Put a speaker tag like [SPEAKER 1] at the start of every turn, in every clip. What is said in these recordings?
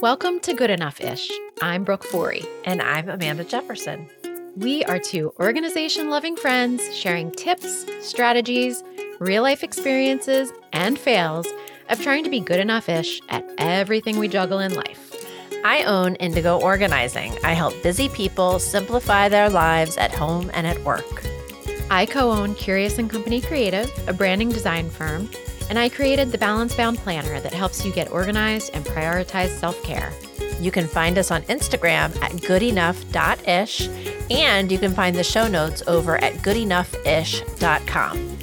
[SPEAKER 1] Welcome to Good Enough Ish. I'm Brooke Forey.
[SPEAKER 2] And I'm Amanda Jefferson.
[SPEAKER 1] We are two organization loving friends sharing tips, strategies, real life experiences, and fails of trying to be good enough ish at everything we juggle in life.
[SPEAKER 2] I own Indigo Organizing. I help busy people simplify their lives at home and at work.
[SPEAKER 1] I co own Curious and Company Creative, a branding design firm, and I created the Balance Bound Planner that helps you get organized and prioritize self care.
[SPEAKER 2] You can find us on Instagram at goodenoughIsh, and you can find the show notes over at goodenoughIsh.com.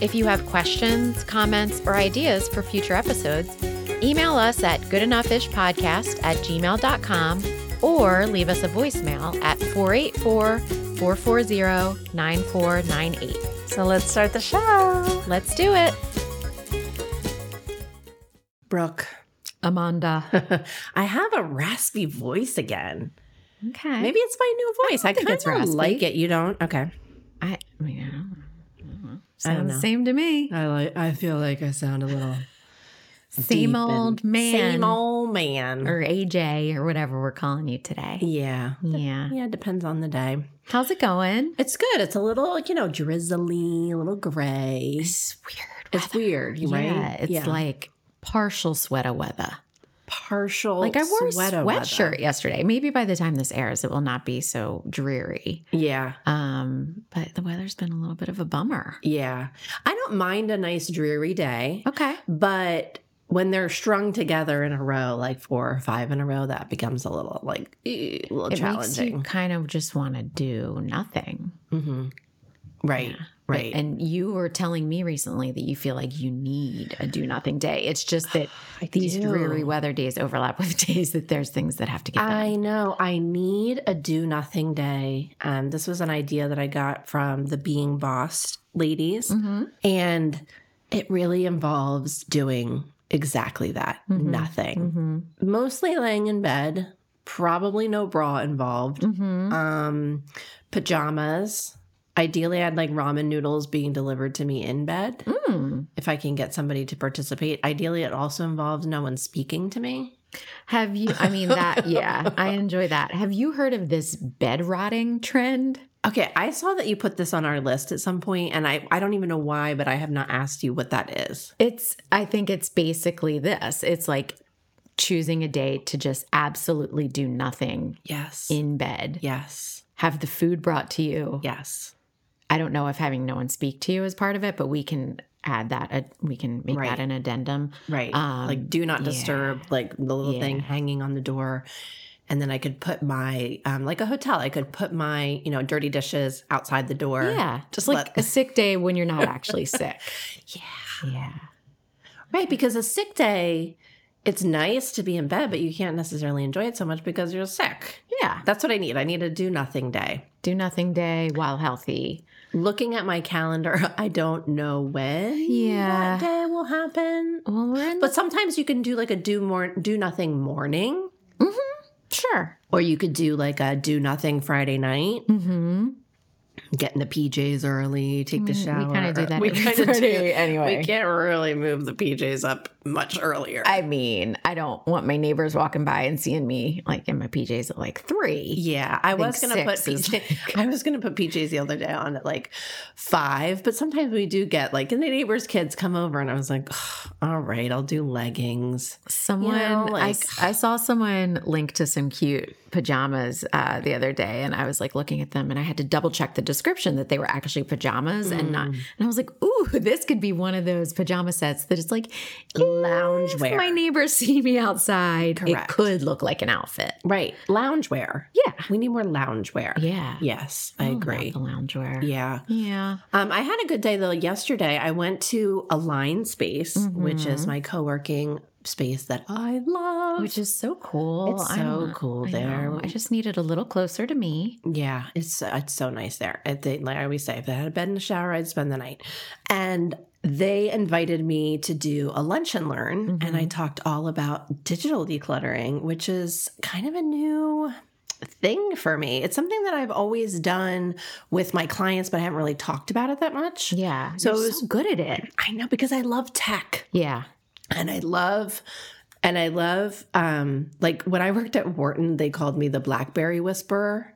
[SPEAKER 1] If you have questions, comments, or ideas for future episodenoughishpodcast email us at goodenoughishpodcast at gmail.com or leave us a voicemail at 484 440 9498.
[SPEAKER 2] So let's start the show.
[SPEAKER 1] Let's do it.
[SPEAKER 2] Brooke,
[SPEAKER 1] Amanda.
[SPEAKER 2] I have a raspy voice again.
[SPEAKER 1] Okay.
[SPEAKER 2] Maybe it's my new voice. I,
[SPEAKER 1] think
[SPEAKER 2] kind
[SPEAKER 1] it's raspy.
[SPEAKER 2] of like it. You don't? Okay.
[SPEAKER 1] I, I mean, I don't, I don't know.
[SPEAKER 2] I
[SPEAKER 1] Sounds
[SPEAKER 2] don't know.
[SPEAKER 1] the same to me.
[SPEAKER 3] I like. I feel like I sound a little.
[SPEAKER 1] Same
[SPEAKER 2] Deep and-
[SPEAKER 1] old man.
[SPEAKER 2] Same old man.
[SPEAKER 1] Or AJ or whatever we're calling you today.
[SPEAKER 2] Er, yeah.
[SPEAKER 1] Yeah.
[SPEAKER 2] Yeah, it depends on the day.
[SPEAKER 1] How's it going?
[SPEAKER 2] It's good. It's a little, you know, drizzly, a little gray.
[SPEAKER 1] It's weird.
[SPEAKER 2] It's weird,
[SPEAKER 1] Yeah,
[SPEAKER 2] right?
[SPEAKER 1] it's like partial sweater weather.
[SPEAKER 2] partial.
[SPEAKER 1] Like I wore a
[SPEAKER 2] sweater
[SPEAKER 1] sweatshirt
[SPEAKER 2] weather.
[SPEAKER 1] yesterday. Maybe by the time this airs, it will not be so dreary.
[SPEAKER 2] Yeah,
[SPEAKER 1] Um, but the weather's been a little bit of a bummer.
[SPEAKER 2] yeah. I don't mind a nice dreary day,
[SPEAKER 1] Okay.
[SPEAKER 2] but when they're strung together in a row, like four or five in a row, that becomes a little like eh, a little
[SPEAKER 1] It makes you
[SPEAKER 2] challenging.
[SPEAKER 1] kind of just want to do nothing.
[SPEAKER 2] hmm Right, right.
[SPEAKER 1] And you were telling me recently that you feel like you need a do nothing day. It's just that
[SPEAKER 2] I
[SPEAKER 1] these
[SPEAKER 2] do.
[SPEAKER 1] dreary weather days overlap with days that there's things that have to get done.
[SPEAKER 2] I know. I need a do nothing day. Um, this was an idea that I got from the Being Boss ladies.
[SPEAKER 1] Mhm.
[SPEAKER 2] And it really involves doing exactly that
[SPEAKER 1] Mhm.
[SPEAKER 2] nothing.
[SPEAKER 1] Mhm.
[SPEAKER 2] Mostly laying in bed, probably no bra involved,
[SPEAKER 1] Mhm.
[SPEAKER 2] um, pajamas. Ideally, I'd like ramen noodles being delivered to me in bed
[SPEAKER 1] Mm.
[SPEAKER 2] if I can get somebody to participate. Ideally, it also involves no one speaking to me.
[SPEAKER 1] Have you? I mean, that, yeah, I enjoy that. Have you heard of this bed rotting trend?
[SPEAKER 2] Okay, I saw that you put this on our list at some point, and I, I don't even know why, but I have not asked you what that is.
[SPEAKER 1] It's, I think it's basically this it's like choosing a day to just absolutely do nothing
[SPEAKER 2] Yes.
[SPEAKER 1] in bed,
[SPEAKER 2] yes.
[SPEAKER 1] have the food brought to you.
[SPEAKER 2] Yes.
[SPEAKER 1] I don't know if having no one speak to you is part of it, but we can add that. uh, we can make
[SPEAKER 2] Right.
[SPEAKER 1] that an addendum.
[SPEAKER 2] Right.
[SPEAKER 1] Um,
[SPEAKER 2] like do not
[SPEAKER 1] yeah.
[SPEAKER 2] disturb, like the little
[SPEAKER 1] Yeah.
[SPEAKER 2] thing hanging on the door. And then I could put my um like a hotel, I could put my, you know, dirty dishes outside the door.
[SPEAKER 1] yeah, just
[SPEAKER 2] just
[SPEAKER 1] like
[SPEAKER 2] let-
[SPEAKER 1] a sick day when you're not actually sick.
[SPEAKER 2] Yeah.
[SPEAKER 1] Yeah,
[SPEAKER 2] Right, because a sick day, it's nice to be in bed, but you can't necessarily enjoy it so much because you're sick.
[SPEAKER 1] yeah.
[SPEAKER 2] That's what I need. I need a do nothing day.
[SPEAKER 1] Do nothing day while healthy.
[SPEAKER 2] Looking at my calendar, I don't know when
[SPEAKER 1] Yeah.
[SPEAKER 2] that day will happen.
[SPEAKER 1] Well, we're in.
[SPEAKER 2] But sometimes you can do like a do more do nothing morning.
[SPEAKER 1] sure.
[SPEAKER 2] Or you could do like a do nothing Friday night,
[SPEAKER 1] Mm-hmm.
[SPEAKER 2] get in the PJs early, take the shower.
[SPEAKER 1] Mm, We kind of do that. every
[SPEAKER 2] kinda do-
[SPEAKER 1] Friday anyway.
[SPEAKER 2] We can't really move the PJs up much earlier.
[SPEAKER 1] I mean, I don't want my neighbors walking by and seeing me like in my PJs at like three.
[SPEAKER 2] yeah, I was
[SPEAKER 1] think
[SPEAKER 2] gonna put
[SPEAKER 1] six is
[SPEAKER 2] PJ, I was gonna put PJs the other day on at like five, but sometimes we do get like and the neighbors' kids come over, and I was like, "Ugh, all right, I'll do leggings.
[SPEAKER 1] Someone,
[SPEAKER 2] like-
[SPEAKER 1] I, I saw someone link to some cute pajamas uh, the other day, and I was like looking at them, and I had to double check the description that they were actually pajamas and not. And I was like, ooh, this could be one of those pajama sets that it's like If
[SPEAKER 2] Loungewear.
[SPEAKER 1] my neighbors see me outside,
[SPEAKER 2] Correct.
[SPEAKER 1] it could look like an outfit.
[SPEAKER 2] Right, loungewear.
[SPEAKER 1] Yeah,
[SPEAKER 2] We need more loungewear.
[SPEAKER 1] yeah,
[SPEAKER 2] Yes, I
[SPEAKER 1] all about
[SPEAKER 2] agree.
[SPEAKER 1] The loungewear.
[SPEAKER 2] Yeah.
[SPEAKER 1] yeah.
[SPEAKER 2] Um, I had a good day though yesterday. I went to Align Space, which is my co working space that I love.
[SPEAKER 1] which is so Oh, cool.
[SPEAKER 2] It's
[SPEAKER 1] I'm
[SPEAKER 2] so
[SPEAKER 1] not-
[SPEAKER 2] cool
[SPEAKER 1] I
[SPEAKER 2] there.
[SPEAKER 1] know. I just needed a little closer to me.
[SPEAKER 2] yeah, it's uh, it's so nice there. I think, like I always say, if I had a bed and a shower, I'd spend the night. And they invited me to do a lunch and learn, and
[SPEAKER 1] Mm-hmm.
[SPEAKER 2] I talked all about digital decluttering, which is kind of a new thing for me. It's something that I've always done with my clients, but I haven't really talked about it that much.
[SPEAKER 1] Yeah,
[SPEAKER 2] So
[SPEAKER 1] you're
[SPEAKER 2] it was-
[SPEAKER 1] so good at it.
[SPEAKER 2] I know because I love tech.
[SPEAKER 1] Yeah,
[SPEAKER 2] and I love And I love, um, like when I worked at Wharton, they called me the Blackberry Whisperer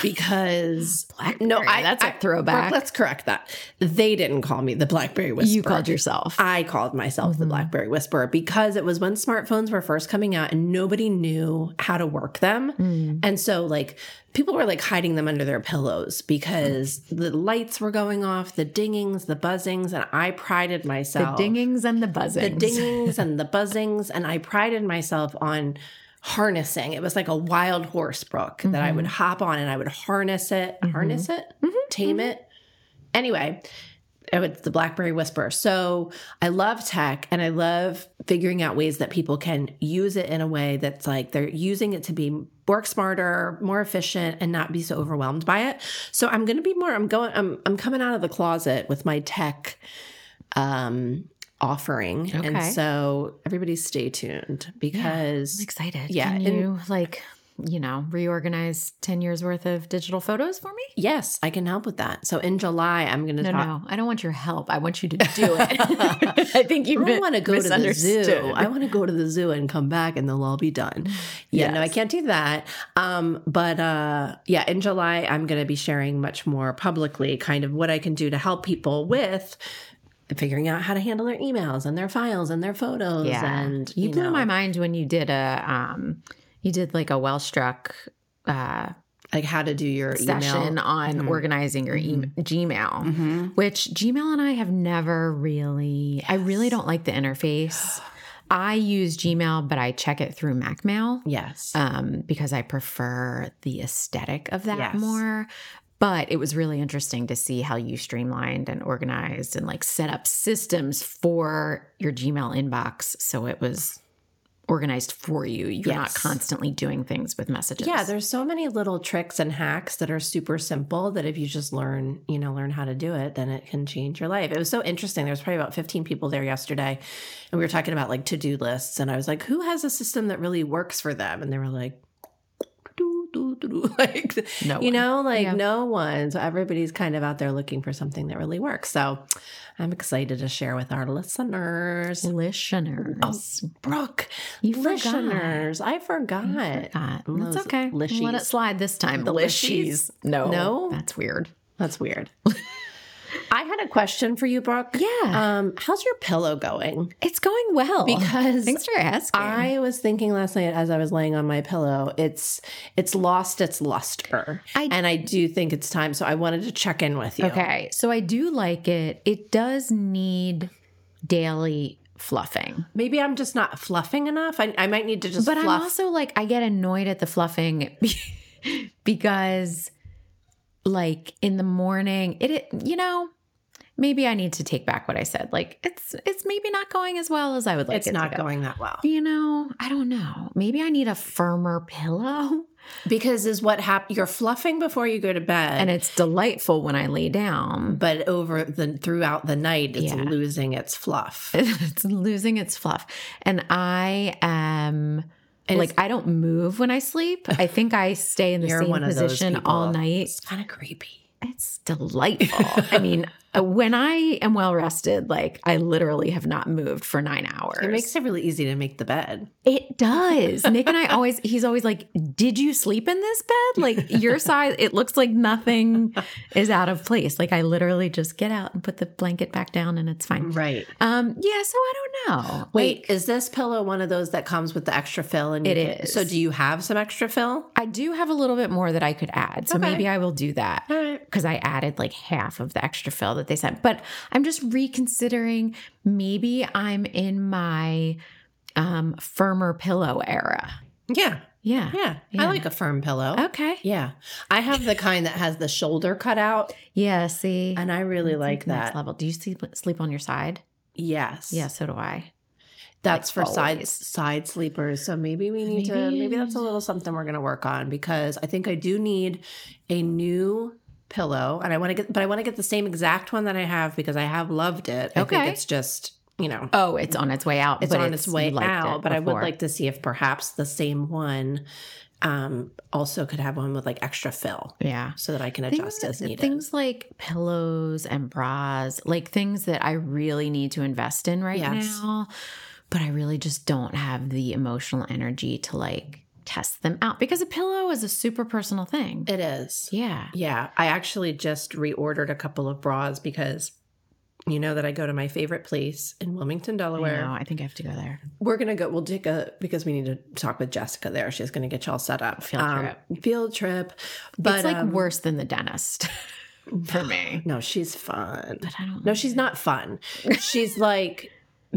[SPEAKER 2] because
[SPEAKER 1] Blackberry.
[SPEAKER 2] no, I,
[SPEAKER 1] that's a
[SPEAKER 2] I-
[SPEAKER 1] throwback.
[SPEAKER 2] Let's correct that. They didn't call me the Blackberry Whisperer.
[SPEAKER 1] you called yourself.
[SPEAKER 2] I called myself the
[SPEAKER 1] Mhm.
[SPEAKER 2] Blackberry Whisperer because it was when smartphones were first coming out and nobody knew how to work them.
[SPEAKER 1] Mm.
[SPEAKER 2] And so, like, people were like hiding them under their pillows because
[SPEAKER 1] Mm.
[SPEAKER 2] the lights were going off, the dingings, the buzzings, and I prided
[SPEAKER 1] The
[SPEAKER 2] myself.
[SPEAKER 1] dingings and the buzzings.
[SPEAKER 2] The dingings and the buzzings. And I prided myself on harnessing. It was like a wild horse, Brooke, that I would hop on and I would harness it, harness it, tame it. Anyway, it was the Blackberry Whisper. So I love tech and I love figuring out ways that people can use it in a way that's like they're using it to be work smarter, more efficient, and not be so overwhelmed by it. So I'm gonna be more, I'm going, I'm I'm coming out of the closet with my tech um offering. And
[SPEAKER 1] Okay.
[SPEAKER 2] so everybody stay tuned because
[SPEAKER 1] I'm excited.
[SPEAKER 2] Yeah,
[SPEAKER 1] Can
[SPEAKER 2] and-
[SPEAKER 1] you like, you know, reorganize 10 years worth of digital photos for me?
[SPEAKER 2] yes, I can help with that. So in July I'm gonna
[SPEAKER 1] No,
[SPEAKER 2] talk
[SPEAKER 1] no. I don't want your help. I want you to do it. I think you
[SPEAKER 2] I don't want to go to the zoo. I
[SPEAKER 1] I,
[SPEAKER 2] want to go to the zoo and come back, and they'll all be done. Yeah, no, I can't do that. Um, but uh, yeah, in July, I'm going to be sharing much more publicly, kind of what I can do to help people with figuring out how to handle their emails and their files and their photos.
[SPEAKER 1] yeah.
[SPEAKER 2] and
[SPEAKER 1] you, blew
[SPEAKER 2] know,
[SPEAKER 1] my mind when you did a um you did like a well struck uh
[SPEAKER 2] like how to do your
[SPEAKER 1] session Um,
[SPEAKER 2] email.
[SPEAKER 1] on
[SPEAKER 2] Mhm.
[SPEAKER 1] organizing your e- Gmail.
[SPEAKER 2] Mm-hmm.
[SPEAKER 1] which Gmail and I have never really, I really
[SPEAKER 2] Yes.
[SPEAKER 1] don't like the interface. I use Gmail, but I check it through MacMail
[SPEAKER 2] Yes.
[SPEAKER 1] um, because I prefer the aesthetic of that
[SPEAKER 2] Yes.
[SPEAKER 1] more. But it was really interesting to see how you streamlined and organized and like set up systems for your Gmail inbox. So it was organized for you. You're not
[SPEAKER 2] Yes.
[SPEAKER 1] constantly doing things with messages.
[SPEAKER 2] Yeah, there's so many little tricks and hacks that are super simple that if you just learn, you know, learn how to do it, then it can change your life. It was so interesting. There was probably about 15 people there yesterday, and we were talking about like to-do lists, and I was like, "Who has a system that really works for them?" And they were like, "Do do do do," like
[SPEAKER 1] no
[SPEAKER 2] you know, like
[SPEAKER 1] Yeah.
[SPEAKER 2] no one. So everybody's kind of out there looking for something that really works. So I'm excited to share with our listeners.
[SPEAKER 1] listeners.
[SPEAKER 2] Oh, Brooke,
[SPEAKER 1] you forgot.
[SPEAKER 2] listeners, I forgot.
[SPEAKER 1] forgot.
[SPEAKER 2] And
[SPEAKER 1] That's
[SPEAKER 2] those
[SPEAKER 1] okay. Let
[SPEAKER 2] lishies.
[SPEAKER 1] it slide this time.
[SPEAKER 2] The lishies?
[SPEAKER 1] No.
[SPEAKER 2] No?
[SPEAKER 1] That's weird.
[SPEAKER 2] That's weird. I had a question for you, Brooke.
[SPEAKER 1] Yeah.
[SPEAKER 2] Um, how's your pillow going?
[SPEAKER 1] Uh, it's going well.
[SPEAKER 2] Because
[SPEAKER 1] Thanks for asking.
[SPEAKER 2] I was thinking last night as I was laying on my pillow, it's it's lost its luster.
[SPEAKER 1] I-
[SPEAKER 2] and I do think it's time. So I wanted to check in with you.
[SPEAKER 1] okay. So I do like it. It does need daily fluffing.
[SPEAKER 2] Maybe I'm just not fluffing enough. I, I might need to just
[SPEAKER 1] but
[SPEAKER 2] fluff.
[SPEAKER 1] I'm also like, I get annoyed at the fluffing because, like, in the morning, it, it, you know, maybe I need to take back what I said. Like, it's it's maybe not going as well as I would like.
[SPEAKER 2] it's
[SPEAKER 1] it
[SPEAKER 2] not
[SPEAKER 1] to go.
[SPEAKER 2] going that well.
[SPEAKER 1] You know, I don't know. Maybe I need a firmer pillow.
[SPEAKER 2] Because is what happened you're fluffing before you go to bed.
[SPEAKER 1] And it's delightful when I lay down, but
[SPEAKER 2] but over the throughout the night it's
[SPEAKER 1] Yeah.
[SPEAKER 2] losing its fluff.
[SPEAKER 1] it's losing its fluff. And I am
[SPEAKER 2] And
[SPEAKER 1] like, I don't move when I sleep. I think I stay in the
[SPEAKER 2] You're
[SPEAKER 1] same
[SPEAKER 2] one of those
[SPEAKER 1] position all
[SPEAKER 2] people.
[SPEAKER 1] night.
[SPEAKER 2] It's kind of creepy.
[SPEAKER 1] It's delightful. I mean, uh, when I am well rested, like I literally have not moved for nine hours.
[SPEAKER 2] It makes it really easy to make the bed.
[SPEAKER 1] It does. Nick and I always, he's always like, Did you sleep in this bed? Like your size, it looks like nothing is out of place. Like I literally just get out and put the blanket back down and it's fine.
[SPEAKER 2] Right.
[SPEAKER 1] Um, yeah, so I don't know.
[SPEAKER 2] Wait,
[SPEAKER 1] Like,
[SPEAKER 2] is this pillow one of those that comes with the extra fill? And
[SPEAKER 1] It
[SPEAKER 2] you can-
[SPEAKER 1] is.
[SPEAKER 2] So, do you have some extra fill?
[SPEAKER 1] I do have a little bit more that I could add. So
[SPEAKER 2] Okay.
[SPEAKER 1] maybe I will do that. because I added like half of the extra fill that they sent. But I'm just reconsidering maybe I'm in my um firmer pillow era.
[SPEAKER 2] Yeah,
[SPEAKER 1] Yeah.
[SPEAKER 2] yeah,
[SPEAKER 1] Yeah.
[SPEAKER 2] I like a firm pillow.
[SPEAKER 1] Okay.
[SPEAKER 2] Yeah, I have the kind that has the shoulder cut out,
[SPEAKER 1] Yeah, see.
[SPEAKER 2] and I really
[SPEAKER 1] That's
[SPEAKER 2] like
[SPEAKER 1] the next
[SPEAKER 2] that.
[SPEAKER 1] level. Do you sleep sleep on your side?
[SPEAKER 2] Yes,
[SPEAKER 1] Yeah, so do I.
[SPEAKER 2] that's
[SPEAKER 1] like
[SPEAKER 2] for side
[SPEAKER 1] always.
[SPEAKER 2] side sleepers. So maybe we need to.
[SPEAKER 1] Maybe-
[SPEAKER 2] Maybe that's a little something we're going to work on because I think I do need a new pillow, and I want to get, but I want to get the same exact one that I have because I have loved it. I think
[SPEAKER 1] Okay.
[SPEAKER 2] it's just you know
[SPEAKER 1] Oh, it's on its way out.
[SPEAKER 2] it's
[SPEAKER 1] but
[SPEAKER 2] on its,
[SPEAKER 1] you
[SPEAKER 2] way
[SPEAKER 1] liked it
[SPEAKER 2] out but i would
[SPEAKER 1] before.
[SPEAKER 2] like to see if perhaps the same one um also could have one with like extra fill
[SPEAKER 1] Yeah.
[SPEAKER 2] so that i can
[SPEAKER 1] Things,
[SPEAKER 2] adjust as needed
[SPEAKER 1] things like pillows and bras, like things that I really need to invest in right
[SPEAKER 2] Yes.
[SPEAKER 1] now, but I really just don't have the emotional energy to like test them out because a pillow is a super personal thing.
[SPEAKER 2] It is.
[SPEAKER 1] yeah.
[SPEAKER 2] Yeah. I actually just reordered a couple of bras because you know that I go to my favorite place in Wilmington, Delaware.
[SPEAKER 1] I, know, I think I have to go there.
[SPEAKER 2] We're gonna go. We'll take a because we need to talk with Jessica there. She's gonna get y'all set up. Um,
[SPEAKER 1] Field
[SPEAKER 2] Field trip. But
[SPEAKER 1] it's like
[SPEAKER 2] um,
[SPEAKER 1] worse than the dentist for me.
[SPEAKER 2] No, she's fun.
[SPEAKER 1] But I don't
[SPEAKER 2] No, she's not fun. She's like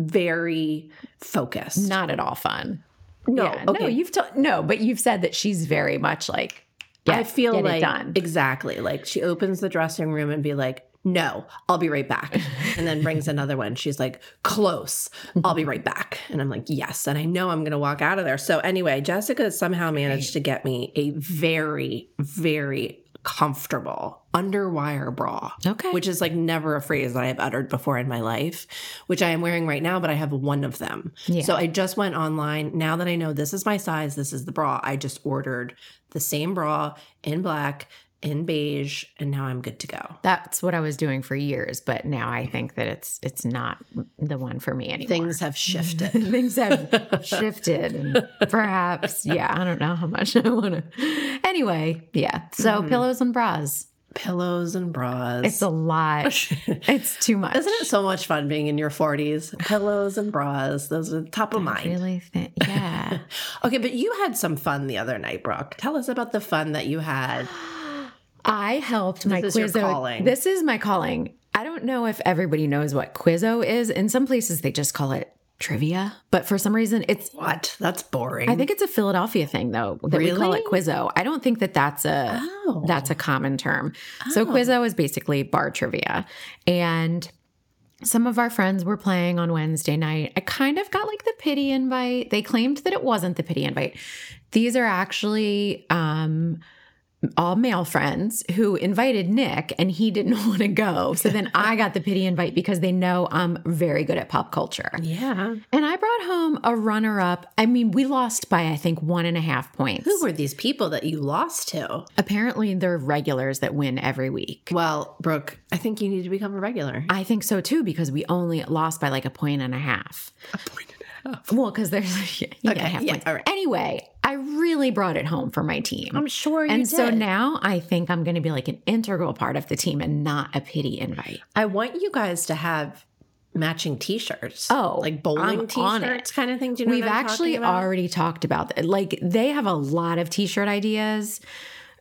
[SPEAKER 2] very focused.
[SPEAKER 1] not at all fun.
[SPEAKER 2] no,
[SPEAKER 1] Yeah.
[SPEAKER 2] okay.
[SPEAKER 1] No, you've told no, but you've said that she's very much like yeah,
[SPEAKER 2] I feel
[SPEAKER 1] get it
[SPEAKER 2] like
[SPEAKER 1] done.
[SPEAKER 2] exactly like she opens the dressing room and be like, "No, I'll be right back," and then brings another one. She's like, "Close, I'll be right back," and I'm like, "Yes," and I know I'm gonna walk out of there. So anyway, Jessica somehow managed to get me a very, very comfortable underwire bra.
[SPEAKER 1] Okay.
[SPEAKER 2] Which is like never a phrase that I have uttered before in my life, which I am wearing right now, but I have one of them.
[SPEAKER 1] Yeah.
[SPEAKER 2] So I just went online. Now that I know this is my size, this is the bra, I just ordered the same bra in black, in beige, and now I'm good to go.
[SPEAKER 1] That's what I was doing for years, but now I think that it's it's not the one for me anymore.
[SPEAKER 2] Things have shifted.
[SPEAKER 1] Things have shifted, and perhaps. Yeah, I don't know how much I want to. Anyway, yeah. So
[SPEAKER 2] Mhm.
[SPEAKER 1] pillows and bras.
[SPEAKER 2] Pillows and bras.
[SPEAKER 1] It's a lot. It's too much.
[SPEAKER 2] Isn't it so much fun being in your 40s? Pillows and bras. Those are top of
[SPEAKER 1] I
[SPEAKER 2] mind.
[SPEAKER 1] really think. Yeah.
[SPEAKER 2] Okay, but you had some fun the other night, Brooke. Tell us about the fun that you had.
[SPEAKER 1] I helped my
[SPEAKER 2] is your
[SPEAKER 1] Quizzo.
[SPEAKER 2] calling.
[SPEAKER 1] This is my calling. I don't know if everybody knows what Quizzo is. In some places, they just call it trivia, but for some reason, it's.
[SPEAKER 2] What? That's boring.
[SPEAKER 1] I think it's a Philadelphia thing, though. That We call it
[SPEAKER 2] Really?
[SPEAKER 1] Quizzo. I don't think that that's a.
[SPEAKER 2] oh.
[SPEAKER 1] That's a common term. So Quizzo is basically bar trivia. And some of our friends were playing on Wednesday night. I kind of got like the pity invite. They claimed that it wasn't the pity invite. These are actually um all male friends who invited Nick and he didn't want to go. So then I got the pity invite because they know I'm very good at pop culture.
[SPEAKER 2] yeah.
[SPEAKER 1] And I brought home a runner up. I mean, we lost by I think one and a half points.
[SPEAKER 2] Who were these people that you lost to?
[SPEAKER 1] Apparently, they're regulars that win every week.
[SPEAKER 2] Well, Brooke, I think you need to become a regular.
[SPEAKER 1] I think so too because we only lost by like a point and a half.
[SPEAKER 2] A point and a half.
[SPEAKER 1] Well, because there's yeah, you
[SPEAKER 2] Okay,
[SPEAKER 1] gotta have
[SPEAKER 2] yeah,
[SPEAKER 1] points.
[SPEAKER 2] all right.
[SPEAKER 1] Anyway, I really brought it home for my team.
[SPEAKER 2] I'm sure you
[SPEAKER 1] and
[SPEAKER 2] did.
[SPEAKER 1] so now I think I'm going to be like an integral part of the team and not a pity invite.
[SPEAKER 2] I want you guys to have matching T-shirts.
[SPEAKER 1] Oh,
[SPEAKER 2] like bowling
[SPEAKER 1] I'm on it.
[SPEAKER 2] T-shirts, kind of thing. Do you know
[SPEAKER 1] We've
[SPEAKER 2] what I'm talking
[SPEAKER 1] actually
[SPEAKER 2] about?
[SPEAKER 1] already talked about that. Like they have a lot of t-shirt ideas.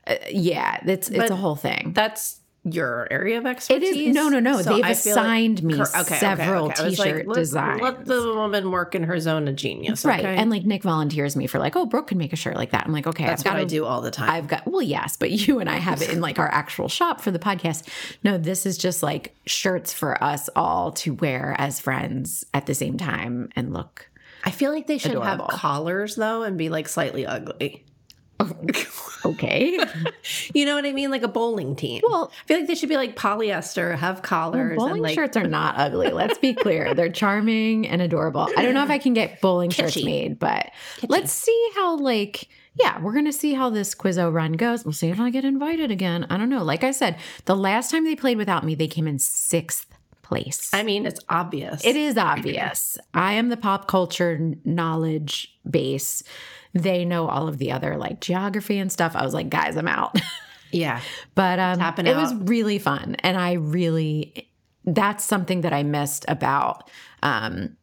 [SPEAKER 1] Uh, yeah, it's it's
[SPEAKER 2] But
[SPEAKER 1] a whole thing.
[SPEAKER 2] That's your area of
[SPEAKER 1] it
[SPEAKER 2] expertise.
[SPEAKER 1] is no, no, no.
[SPEAKER 2] So
[SPEAKER 1] They've
[SPEAKER 2] I feel like-
[SPEAKER 1] assigned me
[SPEAKER 2] Cor- okay,
[SPEAKER 1] several
[SPEAKER 2] okay, okay. I was like,
[SPEAKER 1] t-shirt
[SPEAKER 2] let-
[SPEAKER 1] designs.
[SPEAKER 2] Let the woman work in her zone of genius,
[SPEAKER 1] Right.
[SPEAKER 2] okay?
[SPEAKER 1] And like Nick volunteers me for like, oh, Brooke can make a shirt like that. I'm like, okay,
[SPEAKER 2] that's
[SPEAKER 1] I've got
[SPEAKER 2] what I
[SPEAKER 1] a-
[SPEAKER 2] do all the time.
[SPEAKER 1] I've got well, yes, but you and I have it in like our actual shop for the podcast. No, this is just like shirts for us all to wear as friends at the same time and look.
[SPEAKER 2] I feel like they should
[SPEAKER 1] Adorable.
[SPEAKER 2] have collars though, and be like slightly ugly.
[SPEAKER 1] Okay.
[SPEAKER 2] You know what I mean? Like a bowling team.
[SPEAKER 1] well,
[SPEAKER 2] I feel like they should be like polyester, have collars,
[SPEAKER 1] bowling
[SPEAKER 2] and like
[SPEAKER 1] shirts are not ugly. Let's be clear. They're charming and adorable. I don't know if I can get bowling shirts
[SPEAKER 2] Kitschy.
[SPEAKER 1] made, but let's see how like yeah, we're gonna see how this Quizzo run goes. We'll see if I get invited again. I don't know. Like I said, the last time they played without me, they came in sixth place.
[SPEAKER 2] I mean, it's obvious.
[SPEAKER 1] It is obvious. I am the pop culture kn- knowledge base. They know all of the other like geography and stuff. I was like, guys, I'm out.
[SPEAKER 2] Yeah.
[SPEAKER 1] But um,
[SPEAKER 2] Tapping
[SPEAKER 1] it was
[SPEAKER 2] out.
[SPEAKER 1] really fun, and I really that's something that I missed about um,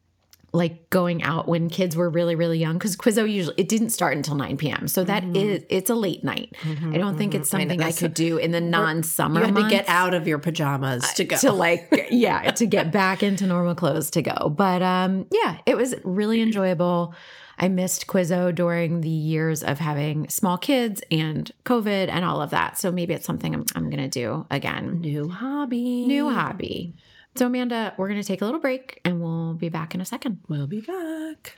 [SPEAKER 1] like going out when kids were really really young because Quizzo usually it didn't start until 9 p.m. So that is it's a late night. I don't think it's
[SPEAKER 2] Mm-hmm. I know,
[SPEAKER 1] something I,
[SPEAKER 2] that's-
[SPEAKER 1] could do in the non
[SPEAKER 2] You
[SPEAKER 1] summer.
[SPEAKER 2] had to get out of your pajamas to go.
[SPEAKER 1] to like yeah to get back into normal clothes to go but um yeah it was really enjoyable i missed quizzo during the years of having small kids and covid and all of that so maybe it's something i'm, I'm gonna do again
[SPEAKER 2] New hobby.
[SPEAKER 1] new hobby so amanda we're gonna take a little break and we'll be back in a second
[SPEAKER 2] We'll be back.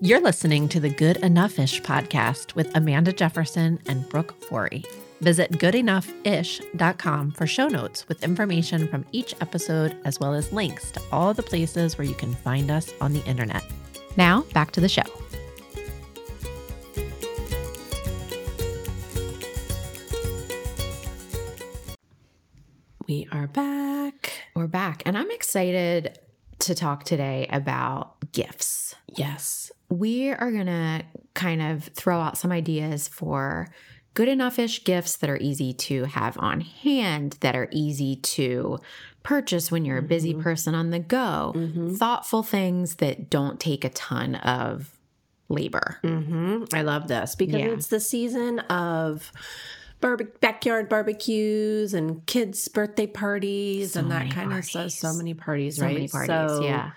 [SPEAKER 2] You're listening to the Good Enough Ish podcast with Amanda Jefferson and Brooke Forey. Visit goodenoughish.com for show notes with information from each episode, as well as links to all the places where you can find us on the internet.
[SPEAKER 1] now back to the show
[SPEAKER 2] We are back.
[SPEAKER 1] We're back, and I'm excited to talk today about gifts.
[SPEAKER 2] Yes.
[SPEAKER 1] We are going to kind of throw out some ideas for good enough ish gifts that are easy to have on hand, that are easy to purchase when you're a busy person on the go,
[SPEAKER 2] Mm-hmm.
[SPEAKER 1] thoughtful things that don't take a ton of labor.
[SPEAKER 2] hmm I love this because
[SPEAKER 1] Yeah.
[SPEAKER 2] it's the season of barbe- backyard barbecues and kids' birthday parties
[SPEAKER 1] So
[SPEAKER 2] and that
[SPEAKER 1] many
[SPEAKER 2] kind of
[SPEAKER 1] parties.
[SPEAKER 2] stuff. So many parties,
[SPEAKER 1] So
[SPEAKER 2] right?
[SPEAKER 1] many parties.
[SPEAKER 2] So,
[SPEAKER 1] yeah.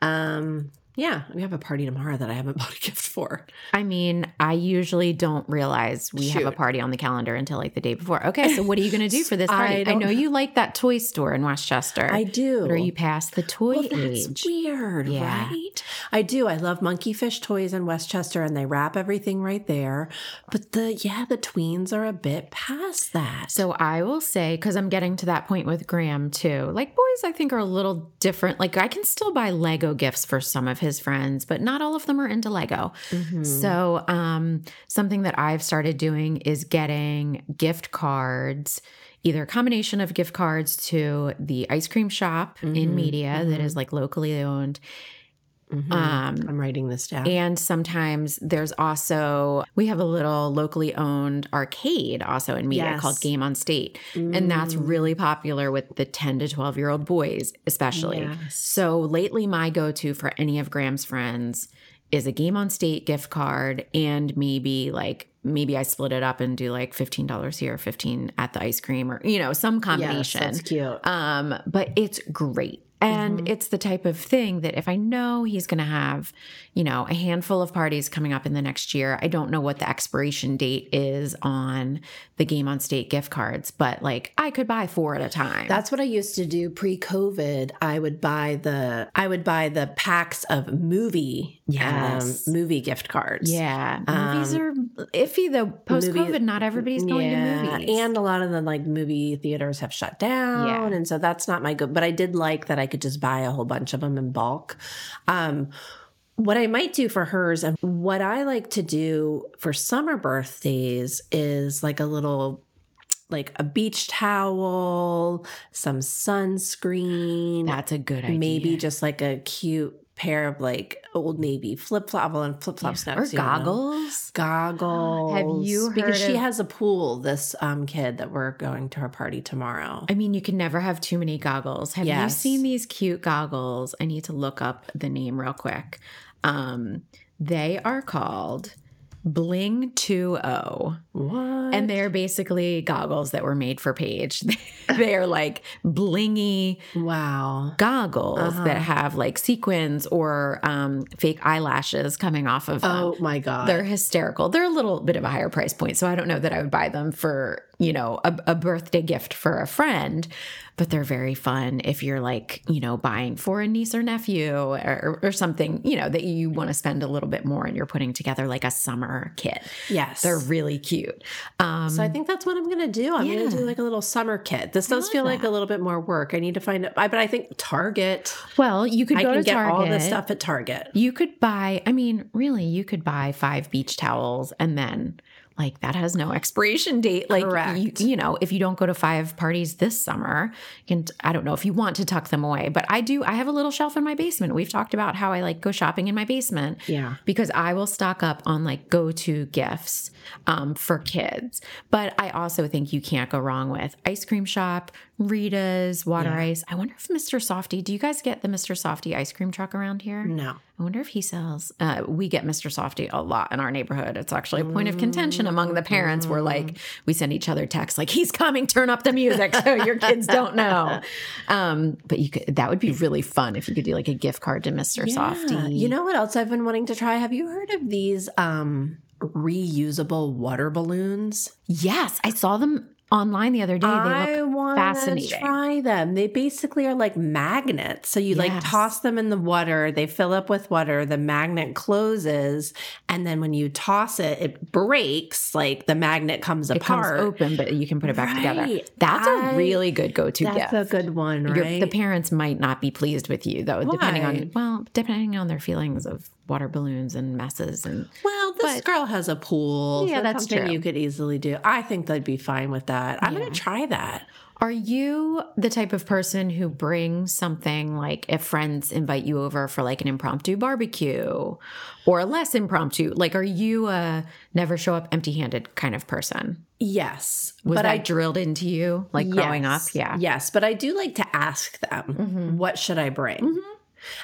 [SPEAKER 2] Um, yeah, we have a party tomorrow that I haven't bought a gift for.
[SPEAKER 1] I mean, I usually don't realize we have a
[SPEAKER 2] Shoot.
[SPEAKER 1] party on the calendar until like the day before. Okay, so what are you going to do for this
[SPEAKER 2] I
[SPEAKER 1] party? I,
[SPEAKER 2] don't
[SPEAKER 1] know
[SPEAKER 2] know.
[SPEAKER 1] you like that toy store in Westchester.
[SPEAKER 2] I do.
[SPEAKER 1] But are you past the toy
[SPEAKER 2] well, that's
[SPEAKER 1] age?
[SPEAKER 2] weird,
[SPEAKER 1] Yeah.
[SPEAKER 2] right? I do. I love monkey fish toys in Westchester, and they wrap everything right there. But the yeah, the tweens are a bit past that.
[SPEAKER 1] So I will say, because I'm getting to that point with Graham too. Like boys, I think are a little different. Like I can still buy Lego gifts for some of his friends, but not all of them are into Lego.
[SPEAKER 2] Mhm.
[SPEAKER 1] So um, something that I've started doing is getting gift cards. Either a combination of gift cards to the ice cream shop in
[SPEAKER 2] Mhm,
[SPEAKER 1] media that
[SPEAKER 2] mhm.
[SPEAKER 1] is like locally owned.
[SPEAKER 2] Mhm.
[SPEAKER 1] Um,
[SPEAKER 2] I'm writing this down.
[SPEAKER 1] and sometimes there's also, we have a little locally owned arcade also in media
[SPEAKER 2] Yes.
[SPEAKER 1] called Game on State. And that's
[SPEAKER 2] Mm.
[SPEAKER 1] really popular with the 10 to 12 year old boys, especially.
[SPEAKER 2] Yes.
[SPEAKER 1] So lately, my go to for any of Graham's friends is a Game on State gift card and maybe like, maybe I split it up and do like $15 here, 15 at the ice cream or, you know, some combination.
[SPEAKER 2] Yes, that's cute.
[SPEAKER 1] Um, but it's great. And
[SPEAKER 2] Mm-hmm.
[SPEAKER 1] it's the type of thing that if I know he's going to have, you know, a handful of parties coming up in the next year, I don't know what the expiration date is on the game on state gift cards, but like I could buy four at a time.
[SPEAKER 2] That's what I used to do pre-COVID. I would buy the I would buy the packs of movie
[SPEAKER 1] Yes.
[SPEAKER 2] um, movie gift cards.
[SPEAKER 1] yeah.
[SPEAKER 2] Um,
[SPEAKER 1] movies are iffy though. Post COVID, not everybody's going to
[SPEAKER 2] Yeah.
[SPEAKER 1] movies.
[SPEAKER 2] And a lot of the like movie theaters have shut down.
[SPEAKER 1] Yeah.
[SPEAKER 2] And so that's not my good, but I did like that I could just buy a whole bunch of them in bulk. Um, what I might do for hers and what I like to do for summer birthdays is like a little like a beach towel, some sunscreen,
[SPEAKER 1] that's a good idea.
[SPEAKER 2] maybe just like a cute pair of like old navy flip flop well, and flip flops
[SPEAKER 1] Yeah.
[SPEAKER 2] not
[SPEAKER 1] or
[SPEAKER 2] too, you know
[SPEAKER 1] goggles.
[SPEAKER 2] goggles.
[SPEAKER 1] Have you
[SPEAKER 2] because
[SPEAKER 1] heard
[SPEAKER 2] she
[SPEAKER 1] of-
[SPEAKER 2] has a pool? This um kid that we're going to her party tomorrow.
[SPEAKER 1] I mean, you can never have too many goggles. Have you
[SPEAKER 2] Yes.
[SPEAKER 1] seen these cute goggles? I need to look up the name real quick. Um, they are called Bling 2O,
[SPEAKER 2] What?
[SPEAKER 1] and they're basically goggles that were made for Paige. they are like blingy
[SPEAKER 2] wow.
[SPEAKER 1] goggles
[SPEAKER 2] Uh-huh.
[SPEAKER 1] that have like sequins or um, fake eyelashes coming off of them.
[SPEAKER 2] Oh my god.
[SPEAKER 1] They're hysterical. They're a little bit of a higher price point, so I don't know that I would buy them for you know a, a birthday gift for a friend, but they're very fun if you're like you know buying for a niece or nephew or, or something you know that you want to spend a little bit more and you're putting together like a summer kit.
[SPEAKER 2] yes.
[SPEAKER 1] They're really cute. Um,
[SPEAKER 2] so I think that's what I'm gonna do. I'm
[SPEAKER 1] Yeah.
[SPEAKER 2] gonna do like a little summer kit. This
[SPEAKER 1] I
[SPEAKER 2] does
[SPEAKER 1] love
[SPEAKER 2] feel like
[SPEAKER 1] that.
[SPEAKER 2] a little bit more work. I need to find. I but I think Target.
[SPEAKER 1] well, you could
[SPEAKER 2] I
[SPEAKER 1] go
[SPEAKER 2] can
[SPEAKER 1] to
[SPEAKER 2] get
[SPEAKER 1] Target.
[SPEAKER 2] all this stuff at Target.
[SPEAKER 1] You could buy, I mean, really, you could buy five beach towels and then like that has no expiration date. Like, you,
[SPEAKER 2] Correct.
[SPEAKER 1] you know, if you don't go to five parties this summer, you can, I don't know if you want to tuck them away, but I do, I have a little shelf in my basement. We've talked about how I like go shopping in my basement
[SPEAKER 2] Yeah.
[SPEAKER 1] because I will stock up on like go to gifts um, for kids. But I also think you can't go wrong with ice cream shop, Rita's, water ice. I wonder if Mr. Softy, do you guys get the Mr. Softy ice cream truck around here?
[SPEAKER 2] No.
[SPEAKER 1] I wonder if he sells. Uh, we get Mr. Softy a lot in our neighborhood. It's actually a point of contention among the parents. We're like,
[SPEAKER 2] Mm-hmm.
[SPEAKER 1] we send each other texts like, "He's coming. Turn up the music so your kids don't know." Um, but you could that would be really fun if you could do like a gift card to Mr.
[SPEAKER 2] Yeah.
[SPEAKER 1] Softy.
[SPEAKER 2] You know what else I've been wanting to try? Have you heard of these um reusable water balloons?
[SPEAKER 1] Yes, I saw them online the other day. They
[SPEAKER 2] I
[SPEAKER 1] look
[SPEAKER 2] want
[SPEAKER 1] fascinating.
[SPEAKER 2] to try them. They basically are like magnets. So you like
[SPEAKER 1] Yes.
[SPEAKER 2] toss them in the water, they fill up with water, the magnet closes, and then when you toss it, it breaks, like the magnet comes
[SPEAKER 1] it comes
[SPEAKER 2] apart.
[SPEAKER 1] open, but you can put it back together.
[SPEAKER 2] Right.
[SPEAKER 1] That's a
[SPEAKER 2] I-
[SPEAKER 1] really good go-to
[SPEAKER 2] That's
[SPEAKER 1] gift.
[SPEAKER 2] a good one,
[SPEAKER 1] Your-
[SPEAKER 2] right?
[SPEAKER 1] the parents might not be pleased with you though, depending on
[SPEAKER 2] Why?
[SPEAKER 1] well, depending on their feelings of water balloons and messes and
[SPEAKER 2] well, this
[SPEAKER 1] but-
[SPEAKER 2] girl has a pool.
[SPEAKER 1] Yeah,
[SPEAKER 2] so
[SPEAKER 1] that's
[SPEAKER 2] something
[SPEAKER 1] true.
[SPEAKER 2] you could easily do. I think they'd be fine with that. I'm
[SPEAKER 1] Yeah.
[SPEAKER 2] going to try that.
[SPEAKER 1] Are you the type of person who brings something like if friends invite you over for like an impromptu barbecue or a less impromptu? Like, are you a never show up empty handed kind of person?
[SPEAKER 2] Yes.
[SPEAKER 1] Was
[SPEAKER 2] but
[SPEAKER 1] that
[SPEAKER 2] I
[SPEAKER 1] drilled into you like growing up?
[SPEAKER 2] Yes.
[SPEAKER 1] Yeah.
[SPEAKER 2] Yes. But I do like to ask them,
[SPEAKER 1] Mhm.
[SPEAKER 2] what should I bring?
[SPEAKER 1] Mhm.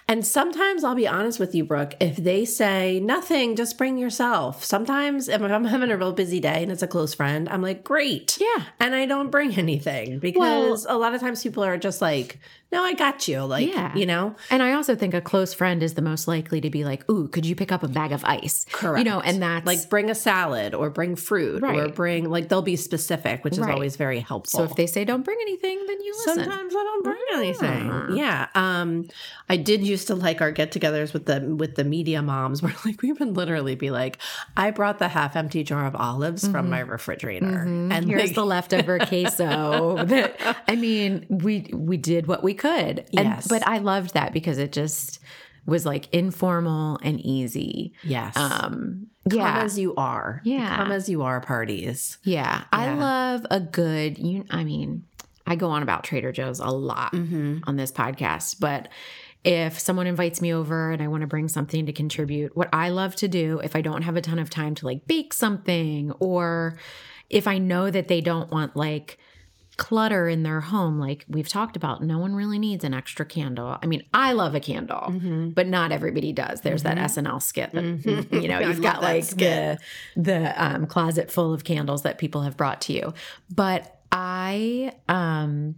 [SPEAKER 2] And sometimes I'll be honest with you, Brooke, if they say nothing, just bring yourself. Sometimes if I'm having a real busy day and it's a close friend, I'm like, great.
[SPEAKER 1] Yeah.
[SPEAKER 2] And I don't bring anything because a lot of times people are just like, no, I got you. Like,
[SPEAKER 1] Yeah.
[SPEAKER 2] you know?
[SPEAKER 1] And I also think a close friend is the most likely to be like, ooh, could you pick up a bag of ice? You know,
[SPEAKER 2] Correct.
[SPEAKER 1] and that's
[SPEAKER 2] Like, bring a salad or bring fruit or
[SPEAKER 1] Right.
[SPEAKER 2] bring, like, they'll be specific, which is
[SPEAKER 1] Right.
[SPEAKER 2] always very helpful.
[SPEAKER 1] so if they say don't bring anything, then you listen.
[SPEAKER 2] oh. Sometimes I don't bring anything.
[SPEAKER 1] Mm.
[SPEAKER 2] Yeah. Um, I did used to like our get-togethers with the with the media moms, where like we would literally be like, "I brought the half-empty jar of olives from my refrigerator,"
[SPEAKER 1] Mhm.
[SPEAKER 2] and
[SPEAKER 1] Mm-hmm. here's
[SPEAKER 2] like,
[SPEAKER 1] the leftover queso. that- I mean, we we did what we could, and
[SPEAKER 2] Yes.
[SPEAKER 1] but I loved that because it just was like informal and easy.
[SPEAKER 2] yes,
[SPEAKER 1] Um,
[SPEAKER 2] come
[SPEAKER 1] yeah,
[SPEAKER 2] as you are,
[SPEAKER 1] Yeah.
[SPEAKER 2] come as you are parties.
[SPEAKER 1] yeah, I
[SPEAKER 2] Yeah.
[SPEAKER 1] love a good. You, I mean, I go on about Trader Joe's a lot
[SPEAKER 2] Mm-hmm.
[SPEAKER 1] on this podcast, but if someone invites me over and I want to bring something to contribute, what I love to do if I don't have a ton of time to like bake something or if I know that they don't want like clutter in their home, like we've talked about, no one really needs an extra candle. I mean, I love a candle,
[SPEAKER 2] Mhm.
[SPEAKER 1] but not everybody does. There's that SNL skit that,
[SPEAKER 2] Mhm.
[SPEAKER 1] you know,
[SPEAKER 2] Mm-hmm. I
[SPEAKER 1] you've
[SPEAKER 2] love
[SPEAKER 1] got
[SPEAKER 2] that
[SPEAKER 1] like
[SPEAKER 2] skit.
[SPEAKER 1] the the um, closet full of candles that people have brought to you. But I um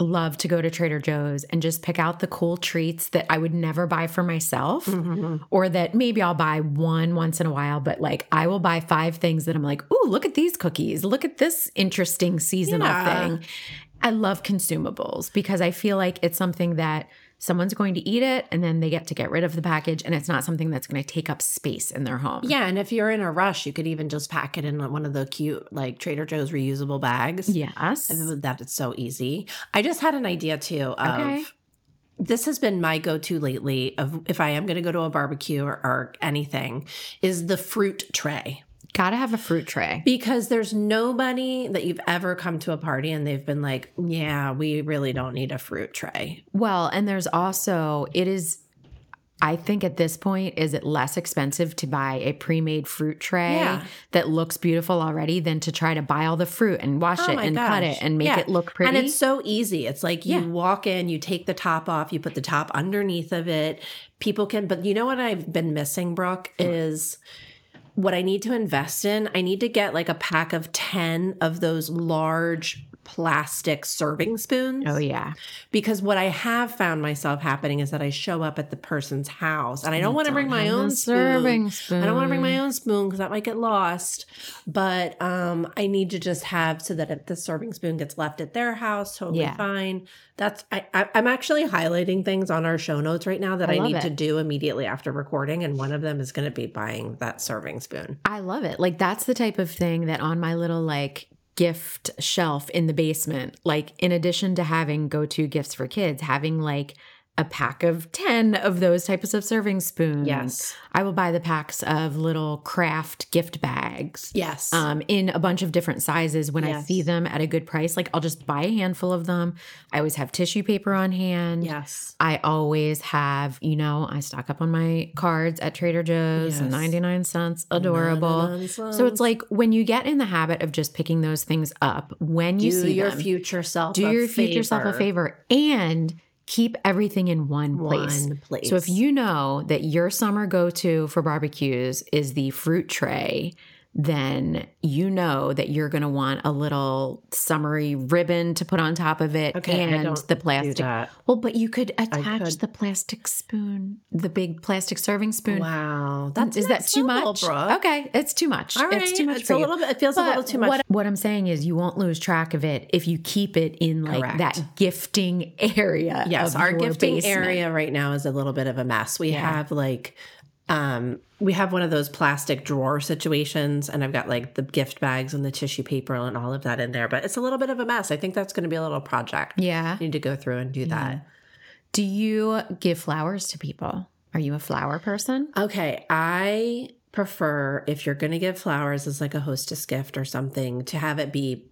[SPEAKER 1] love to go to Trader Joe's and just pick out the cool treats that I would never buy for myself
[SPEAKER 2] Mm-hmm.
[SPEAKER 1] or that maybe I'll buy one once in a while, but like I will buy five things that I'm like, "Ooh, look at these cookies. Look at this interesting seasonal
[SPEAKER 2] Yeah.
[SPEAKER 1] thing." I love consumables because I feel like it's something that someone's going to eat it and then they get to get rid of the package and it's not something that's going to take up space in their home.
[SPEAKER 2] Yeah, and if you're in a rush, you could even just pack it in one of the cute like Trader Joe's reusable bags.
[SPEAKER 1] Yes.
[SPEAKER 2] And that it's so easy. I just had an idea too of
[SPEAKER 1] Okay.
[SPEAKER 2] this has been my go-to lately of if I am going to go to a barbecue or, or anything is the fruit tray
[SPEAKER 1] Got to have a fruit tray.
[SPEAKER 2] because there's nobody that you've ever come to a party and they've been like, "Yeah, we really don't need a fruit tray."
[SPEAKER 1] Well, and there's also it is I think at this point is it less expensive to buy a pre-made fruit tray
[SPEAKER 2] Yeah.
[SPEAKER 1] that looks beautiful already than to try to buy all the fruit and wash it and cut it and make
[SPEAKER 2] Oh Yeah.
[SPEAKER 1] it look pretty.
[SPEAKER 2] And it's so easy. It's like you
[SPEAKER 1] Yeah.
[SPEAKER 2] walk in, you take the top off, you put the top underneath of it. People can, but you know what I've been missing, Brooke, is what I need to invest in. I need to get like a pack of 10 of those large plastic serving spoons.
[SPEAKER 1] oh yeah.
[SPEAKER 2] Because what I have found myself happening is that I show up at the person's house and I don't want to bring my
[SPEAKER 1] have
[SPEAKER 2] own
[SPEAKER 1] the
[SPEAKER 2] spoon.
[SPEAKER 1] serving spoon.
[SPEAKER 2] I don't want to bring my own spoon because that might get lost. But um, I need to just have so that if the serving spoon gets left at their house, totally
[SPEAKER 1] Yeah.
[SPEAKER 2] fine. That's I, I, I'm actually highlighting things on our show notes right now that
[SPEAKER 1] I
[SPEAKER 2] I,
[SPEAKER 1] love
[SPEAKER 2] need
[SPEAKER 1] it.
[SPEAKER 2] to do immediately after recording, and one of them is going to be buying that serving spoon.
[SPEAKER 1] I love it. Like that's the type of thing that on my little like gift shelf in the basement, like in addition to having go-to gifts for kids, having like a pack of 10 of those types of serving spoons.
[SPEAKER 2] Yes,
[SPEAKER 1] I will buy the packs of little craft gift bags
[SPEAKER 2] yes,
[SPEAKER 1] um, in a bunch of different sizes when I
[SPEAKER 2] Yes.
[SPEAKER 1] see them at a good price. Like I'll just buy a handful of them. I always have tissue paper on hand.
[SPEAKER 2] yes.
[SPEAKER 1] I always have, you know, I stock up on my cards at Trader Joe's,
[SPEAKER 2] Yes.
[SPEAKER 1] 99 cents, adorable. So it's like when you get in the habit of just picking those things up, when
[SPEAKER 2] do
[SPEAKER 1] you see
[SPEAKER 2] your
[SPEAKER 1] them,
[SPEAKER 2] future self
[SPEAKER 1] do
[SPEAKER 2] a
[SPEAKER 1] your future self a favor and keep everything in one place.
[SPEAKER 2] One place.
[SPEAKER 1] So if you know that your summer go to for barbecues is the fruit tray, then you know that you're going to want a little summery ribbon to put on top of it
[SPEAKER 2] Okay, I
[SPEAKER 1] and
[SPEAKER 2] don't
[SPEAKER 1] the
[SPEAKER 2] do
[SPEAKER 1] plastic.
[SPEAKER 2] that.
[SPEAKER 1] Well, but you could attach
[SPEAKER 2] could.
[SPEAKER 1] the plastic spoon, the big plastic serving spoon.
[SPEAKER 2] Wow, that's
[SPEAKER 1] is that
[SPEAKER 2] next
[SPEAKER 1] too
[SPEAKER 2] level,
[SPEAKER 1] much?
[SPEAKER 2] Brooke.
[SPEAKER 1] Okay, it's too much.
[SPEAKER 2] All right,
[SPEAKER 1] It's too much
[SPEAKER 2] It's
[SPEAKER 1] for
[SPEAKER 2] a
[SPEAKER 1] you.
[SPEAKER 2] little bit. It feels a
[SPEAKER 1] But
[SPEAKER 2] little too much.
[SPEAKER 1] What, what I'm saying is, you won't lose track of it if you keep it in like
[SPEAKER 2] Correct.
[SPEAKER 1] that gifting area.
[SPEAKER 2] yes,
[SPEAKER 1] of
[SPEAKER 2] our
[SPEAKER 1] your
[SPEAKER 2] gifting
[SPEAKER 1] basement.
[SPEAKER 2] area right now is a little bit of a mess. We have like, um, we have one of those plastic drawer situations, and I've got like the gift bags and the tissue paper and all of that in there. But it's a little bit of a mess. I think that's going to be a little project.
[SPEAKER 1] Yeah.
[SPEAKER 2] I need to go through and do that.
[SPEAKER 1] Do you give flowers to people? Are you a flower person?
[SPEAKER 2] Okay, I prefer if you're going to give flowers as like a hostess gift or something to have it be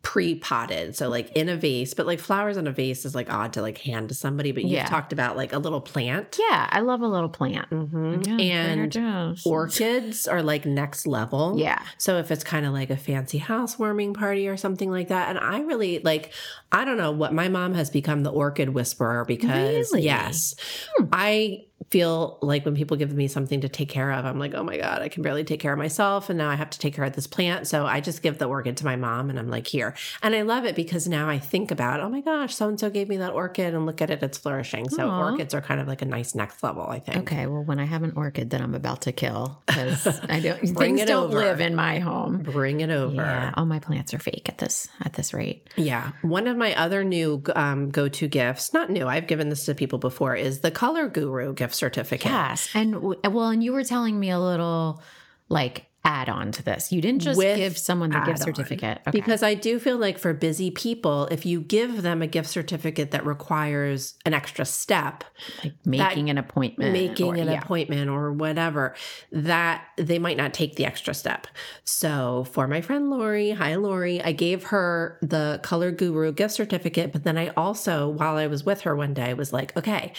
[SPEAKER 2] pre-potted so like in a vase but like flowers in a vase is like odd to like hand to somebody but you
[SPEAKER 1] Yeah.
[SPEAKER 2] have talked about like a little plant
[SPEAKER 1] Yeah, I love a little plant.
[SPEAKER 2] Mhm.
[SPEAKER 1] Yeah,
[SPEAKER 2] and
[SPEAKER 1] Trader Joe's.
[SPEAKER 2] orchids are like next level
[SPEAKER 1] yeah,
[SPEAKER 2] so if it's kind of like a fancy housewarming party or something like that, and I really like, I don't know what my mom has become the orchid whisperer because
[SPEAKER 1] Really?
[SPEAKER 2] yes,
[SPEAKER 1] Hmm.
[SPEAKER 2] I feel like when people give me something to take care of, I'm like, oh my god, I can barely take care of myself, and now I have to take care of this plant. So I just give the orchid to my mom, and I'm like, here, and I love it because now I think about, oh my gosh, so and so gave me that orchid, and look at it, it's flourishing. So
[SPEAKER 1] Aw.
[SPEAKER 2] orchids are kind of like a nice next level, I think.
[SPEAKER 1] Okay, well, when I have an orchid that I'm about to kill, because I don't
[SPEAKER 2] Bring
[SPEAKER 1] things
[SPEAKER 2] it
[SPEAKER 1] don't
[SPEAKER 2] over.
[SPEAKER 1] live in my home.
[SPEAKER 2] Bring it over.
[SPEAKER 1] Yeah, all my plants are fake at this at this rate.
[SPEAKER 2] Yeah. One of my other new um, go to gifts, not new, I've given this to people before, is the Color Guru gift certificate.
[SPEAKER 1] Yes, and w- well, and you were telling me a little like add on to this. You didn't just
[SPEAKER 2] With
[SPEAKER 1] give someone the gift
[SPEAKER 2] add-on.
[SPEAKER 1] certificate okay.
[SPEAKER 2] Because I do feel like for busy people, if you give them a gift certificate that requires an extra step,
[SPEAKER 1] like making an appointment,
[SPEAKER 2] making
[SPEAKER 1] or-
[SPEAKER 2] an
[SPEAKER 1] yeah.
[SPEAKER 2] appointment or whatever, that they might not take the extra step. So for my friend Lori, hi Lori, I gave her the Color Guru gift certificate, but then I also, while I was with her one day, was like, okay,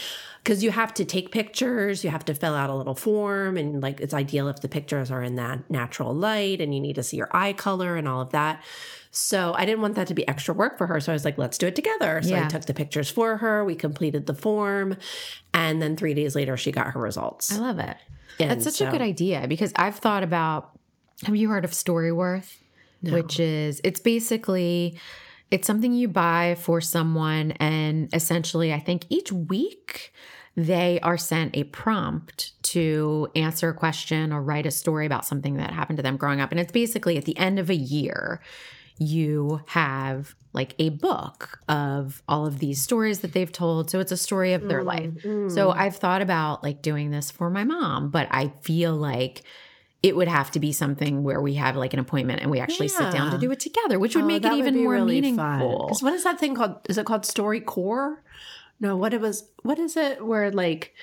[SPEAKER 2] because you have to take pictures, you have to fill out a little form, and like it's ideal if the pictures are in that natural light and you need to see your eye color and all of that. So I didn't want that to be extra work for her. So I was like, let's do it together. So
[SPEAKER 1] Yeah.
[SPEAKER 2] I took the pictures for her. We completed the form. And then three days later, she got her results.
[SPEAKER 1] I love it.
[SPEAKER 2] And
[SPEAKER 1] That's such a
[SPEAKER 2] so-
[SPEAKER 1] good idea because I've thought about have you heard of Storyworth? Which is it's basically it's something you buy for someone and essentially I think each week they are sent a prompt to answer a question or write a story about something that happened to them growing up and it's basically at the end of a year you have like a book of all of these stories that they've told so it's a story of their life
[SPEAKER 2] Mm-hmm.
[SPEAKER 1] so
[SPEAKER 2] Hmm.
[SPEAKER 1] I've thought about like doing this for my mom, but I feel like it would have to be something where we have like an appointment and we actually sit down to
[SPEAKER 2] Yeah.
[SPEAKER 1] do it together, which would
[SPEAKER 2] Oh,
[SPEAKER 1] make it
[SPEAKER 2] that would
[SPEAKER 1] even
[SPEAKER 2] be
[SPEAKER 1] more
[SPEAKER 2] really fun.
[SPEAKER 1] meaningful.
[SPEAKER 2] 'Cause What is that thing called? Is it called Story Core? No, what it was, what is it where like,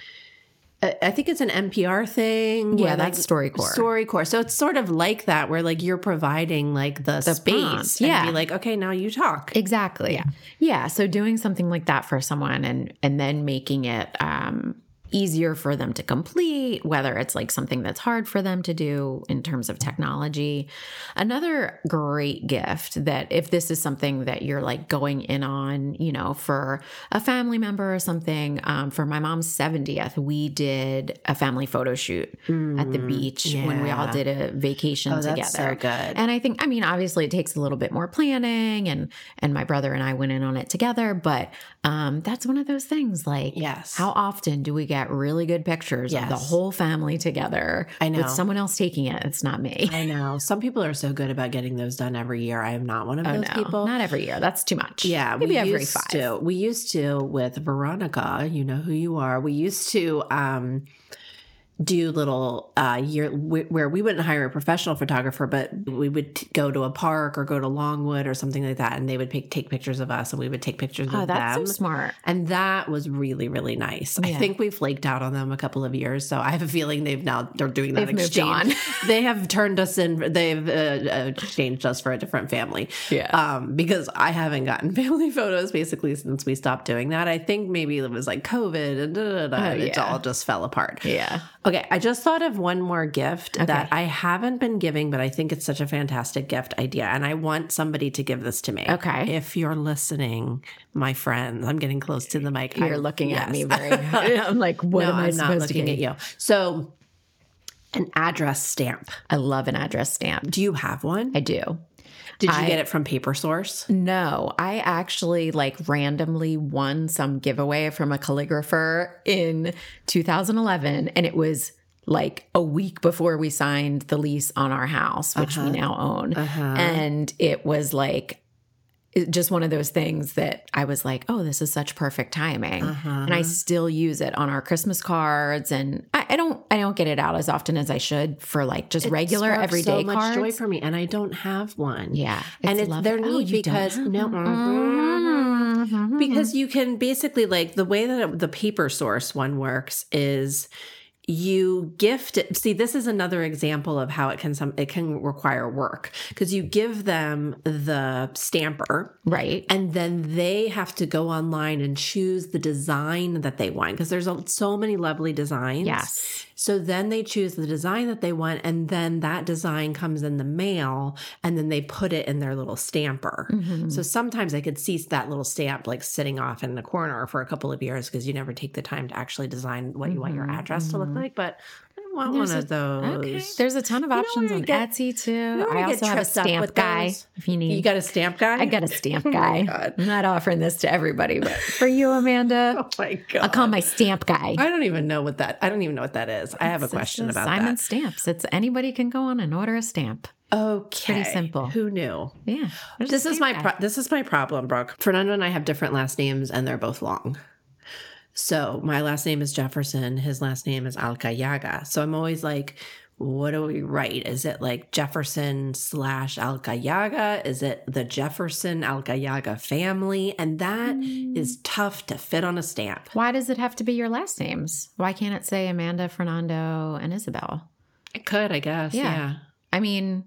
[SPEAKER 2] I I think it's an NPR thing.
[SPEAKER 1] Yeah,
[SPEAKER 2] where,
[SPEAKER 1] that's StoryCorps.
[SPEAKER 2] StoryCorps. So it's sort of like that, where like you're providing like the,
[SPEAKER 1] prompts,
[SPEAKER 2] space.
[SPEAKER 1] yeah.
[SPEAKER 2] And be like, okay, now you talk.
[SPEAKER 1] Exactly. Yeah. Yeah. So doing something like that for someone and and then making it um easier for them to complete, whether it's like something that's hard for them to do in terms of technology. Another great gift that if this is something that you're like going in on, you know, for a family member or something, um, for my mom's 70th, we did a family photo shoot at the beach when we all
[SPEAKER 2] Mm, yeah.
[SPEAKER 1] did a vacation
[SPEAKER 2] Oh,
[SPEAKER 1] together.
[SPEAKER 2] that's so good.
[SPEAKER 1] And I think, I mean, obviously it takes a little bit more planning and, and my brother and I went in on it together, but, um, that's one of those things like,
[SPEAKER 2] Yes.
[SPEAKER 1] how often do we get really good pictures of the
[SPEAKER 2] Yes.
[SPEAKER 1] whole family together
[SPEAKER 2] I know.
[SPEAKER 1] with someone else taking it? It's not me.
[SPEAKER 2] I know. Some people are so good about getting those done every year. I am not one of
[SPEAKER 1] Oh
[SPEAKER 2] those
[SPEAKER 1] no,
[SPEAKER 2] people.
[SPEAKER 1] not every year. That's too much.
[SPEAKER 2] Yeah,
[SPEAKER 1] Maybe
[SPEAKER 2] we
[SPEAKER 1] every
[SPEAKER 2] used
[SPEAKER 1] five.
[SPEAKER 2] To, we used to with Veronica, you know who you are. We used to um, do little uh, year wh- where we wouldn't hire a professional photographer, but we would t- go to a park or go to Longwood or something like that, and they would pick, take pictures of us, and we would take pictures
[SPEAKER 1] Oh,
[SPEAKER 2] of
[SPEAKER 1] that's
[SPEAKER 2] them.
[SPEAKER 1] so smart.
[SPEAKER 2] and that was really, really nice. I
[SPEAKER 1] Yeah.
[SPEAKER 2] think we flaked out on them a couple of years, so I have a feeling they've now they're doing that
[SPEAKER 1] They've moved on.
[SPEAKER 2] exchange. they have turned us in. They've uh, exchanged us for a different family
[SPEAKER 1] Yeah.
[SPEAKER 2] um, because I haven't gotten family photos basically since we stopped doing that. I think maybe it was like COVID and da, da, da,
[SPEAKER 1] Oh,
[SPEAKER 2] and it
[SPEAKER 1] yeah.
[SPEAKER 2] all just fell apart.
[SPEAKER 1] yeah.
[SPEAKER 2] Okay, I just thought of one more gift
[SPEAKER 1] Okay.
[SPEAKER 2] that I haven't been giving, but I think it's such a fantastic gift idea. And I want somebody to give this to me.
[SPEAKER 1] Okay.
[SPEAKER 2] If you're listening, my friends, I'm getting close to the mic.
[SPEAKER 1] You're
[SPEAKER 2] I-
[SPEAKER 1] looking at
[SPEAKER 2] yes.
[SPEAKER 1] me very, I'm like, what
[SPEAKER 2] no,
[SPEAKER 1] am I
[SPEAKER 2] I'm
[SPEAKER 1] supposed
[SPEAKER 2] not looking
[SPEAKER 1] to
[SPEAKER 2] at
[SPEAKER 1] get?
[SPEAKER 2] you. So, an address stamp.
[SPEAKER 1] I love an address stamp.
[SPEAKER 2] Do you have one?
[SPEAKER 1] I do.
[SPEAKER 2] Did you
[SPEAKER 1] I-
[SPEAKER 2] get it from Paper Source?
[SPEAKER 1] No, I actually like randomly won some giveaway from a calligrapher in 2011 and it was like a week before we signed the lease on our house which
[SPEAKER 2] Uh-huh.
[SPEAKER 1] we now own and it was like it- just one of those things that I was like, oh, this is such perfect timing,
[SPEAKER 2] Uh-huh.
[SPEAKER 1] and I still use Uh-huh. it on our Christmas cards, and I, I don't, I don't get it out as often as I should for like just regular
[SPEAKER 2] sparked
[SPEAKER 1] everyday
[SPEAKER 2] so much
[SPEAKER 1] cards.
[SPEAKER 2] joy for me and i don't have one
[SPEAKER 1] yeah,
[SPEAKER 2] and it's,
[SPEAKER 1] lovely.
[SPEAKER 2] they're
[SPEAKER 1] Oh,
[SPEAKER 2] neat
[SPEAKER 1] you don't
[SPEAKER 2] because
[SPEAKER 1] have
[SPEAKER 2] no
[SPEAKER 1] Mhm. mm-hmm.
[SPEAKER 2] because you can basically like the way that the paper source one works is you gift see this is another example of how it can some it can require work because you give them the stamper
[SPEAKER 1] Right.
[SPEAKER 2] and then they have to go online and choose the design that they want because there's a, so many lovely designs
[SPEAKER 1] Yes.
[SPEAKER 2] so then they choose the design that they want and then that design comes in the mail and then they put it in their little stamper
[SPEAKER 1] Mhm.
[SPEAKER 2] so sometimes I could see that little stamp like sitting off in the corner for a couple of years because you never take the time to actually design what you want your
[SPEAKER 1] Mhm,
[SPEAKER 2] address to
[SPEAKER 1] mhm.
[SPEAKER 2] look like. But I want
[SPEAKER 1] There's
[SPEAKER 2] one
[SPEAKER 1] a-
[SPEAKER 2] of those.
[SPEAKER 1] Okay. There's a ton of
[SPEAKER 2] know
[SPEAKER 1] options
[SPEAKER 2] where I
[SPEAKER 1] on
[SPEAKER 2] get-
[SPEAKER 1] Etsy too.
[SPEAKER 2] know where
[SPEAKER 1] I
[SPEAKER 2] I get
[SPEAKER 1] also have a
[SPEAKER 2] tripped up
[SPEAKER 1] stamp
[SPEAKER 2] with
[SPEAKER 1] guy
[SPEAKER 2] those?
[SPEAKER 1] if you need.
[SPEAKER 2] you got a stamp guy?
[SPEAKER 1] I got a stamp
[SPEAKER 2] Oh
[SPEAKER 1] guy.
[SPEAKER 2] my God.
[SPEAKER 1] I'm not offering this to everybody, but for you, Amanda,
[SPEAKER 2] Oh my god!
[SPEAKER 1] I'll call my stamp guy.
[SPEAKER 2] I don't even know what that. I don't even know what that is. I have
[SPEAKER 1] It's-
[SPEAKER 2] a
[SPEAKER 1] it's
[SPEAKER 2] question
[SPEAKER 1] the
[SPEAKER 2] about
[SPEAKER 1] Simon
[SPEAKER 2] that.
[SPEAKER 1] Stamps. It's anybody can go on and order a stamp.
[SPEAKER 2] Okay,
[SPEAKER 1] simple.
[SPEAKER 2] Who knew?
[SPEAKER 1] Yeah. there's a
[SPEAKER 2] This is
[SPEAKER 1] stamp
[SPEAKER 2] my
[SPEAKER 1] guy.
[SPEAKER 2] pro- this is my problem, Brooke. Fernando and I have different last names, and they're both long. So my last name is Jefferson. His last name is Alcayaga. So I'm always like, what do we write? Is it like Jefferson slash Alcayaga? Is it the Jefferson Alcayaga family? And that is tough to fit on a stamp.
[SPEAKER 1] Why does it have to be your last names? Why can't it say Amanda, Fernando, and Isabel?
[SPEAKER 2] It could, I guess.
[SPEAKER 1] Yeah. I mean,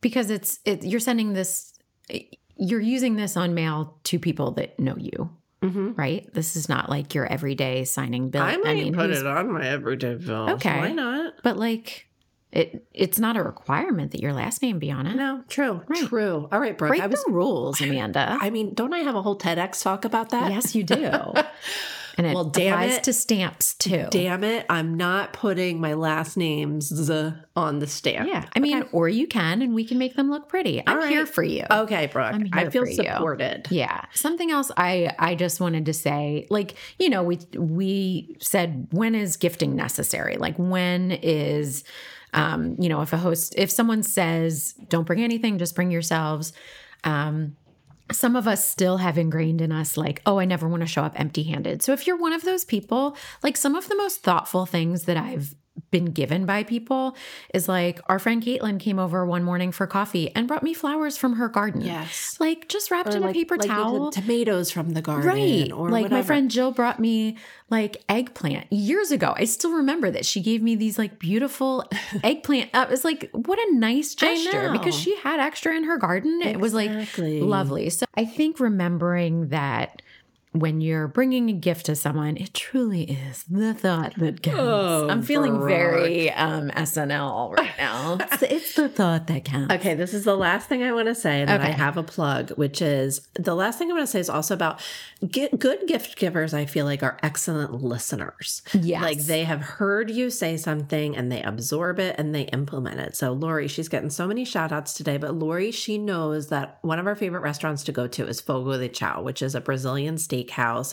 [SPEAKER 1] because it's it, you're sending this, you're using this on mail to people that know you,
[SPEAKER 2] hmm
[SPEAKER 1] right? This is not like your everyday signing bill.
[SPEAKER 2] I might
[SPEAKER 1] mean,
[SPEAKER 2] put
[SPEAKER 1] who's-
[SPEAKER 2] it on my everyday bill.
[SPEAKER 1] Okay.
[SPEAKER 2] Why not?
[SPEAKER 1] but like it, it's not a requirement that your last name be on it.
[SPEAKER 2] No, true.
[SPEAKER 1] Right.
[SPEAKER 2] True. All right, Brooke.
[SPEAKER 1] Break
[SPEAKER 2] I was
[SPEAKER 1] the rules, Amanda.
[SPEAKER 2] I mean, don't I have a whole TEDx talk about that?
[SPEAKER 1] yes, you do, and it
[SPEAKER 2] Well, damn
[SPEAKER 1] applies
[SPEAKER 2] it.
[SPEAKER 1] to stamps too.
[SPEAKER 2] Damn it, I'm not putting my last names z- on the stamp.
[SPEAKER 1] Yeah, I mean, or you can, and we can make them look pretty. I'm
[SPEAKER 2] All right.
[SPEAKER 1] here for you.
[SPEAKER 2] Okay, Brooke.
[SPEAKER 1] I'm
[SPEAKER 2] I
[SPEAKER 1] here
[SPEAKER 2] feel
[SPEAKER 1] for you.
[SPEAKER 2] supported.
[SPEAKER 1] Yeah. Something else I I just wanted to say, like, you know, we we said when is gifting necessary? Like when is um, you know, if a host if someone says don't bring anything, just bring yourselves. Um some of us still have ingrained in us like oh i never want to show up empty handed so if you're one of those people like some of the most thoughtful things that i've been given by people is like our friend caitlin came over one morning for coffee and brought me flowers from her garden
[SPEAKER 2] Yes.
[SPEAKER 1] like just wrapped in
[SPEAKER 2] Or like-
[SPEAKER 1] a paper
[SPEAKER 2] like the
[SPEAKER 1] towel.
[SPEAKER 2] tomatoes from the garden.
[SPEAKER 1] Right.
[SPEAKER 2] Or
[SPEAKER 1] like my
[SPEAKER 2] whatever.
[SPEAKER 1] friend Jill brought me like eggplant years ago. I still remember that she gave me these like beautiful eggplant. Uh, it was like, what a nice
[SPEAKER 2] I
[SPEAKER 1] gesture
[SPEAKER 2] know.
[SPEAKER 1] because she had extra in her garden. It was like
[SPEAKER 2] Exactly.
[SPEAKER 1] lovely. So I think remembering that when you're bringing a gift to someone, it truly is the thought that counts.
[SPEAKER 2] Oh,
[SPEAKER 1] I'm feeling
[SPEAKER 2] Brooke.
[SPEAKER 1] very um, SNL right now. it's, it's the thought that counts.
[SPEAKER 2] Okay, this is the last thing I want to say, and then I
[SPEAKER 1] Okay.
[SPEAKER 2] have a plug, which is the last thing I want to say is also about gi- good gift givers. I feel like are excellent listeners.
[SPEAKER 1] Yes.
[SPEAKER 2] like they have heard you say something and they absorb it and they implement it. So Lori, she's getting so many shout outs today, but Lori, she knows that one of our favorite restaurants to go to is Fogo de Chao, which is a Brazilian steakhouse,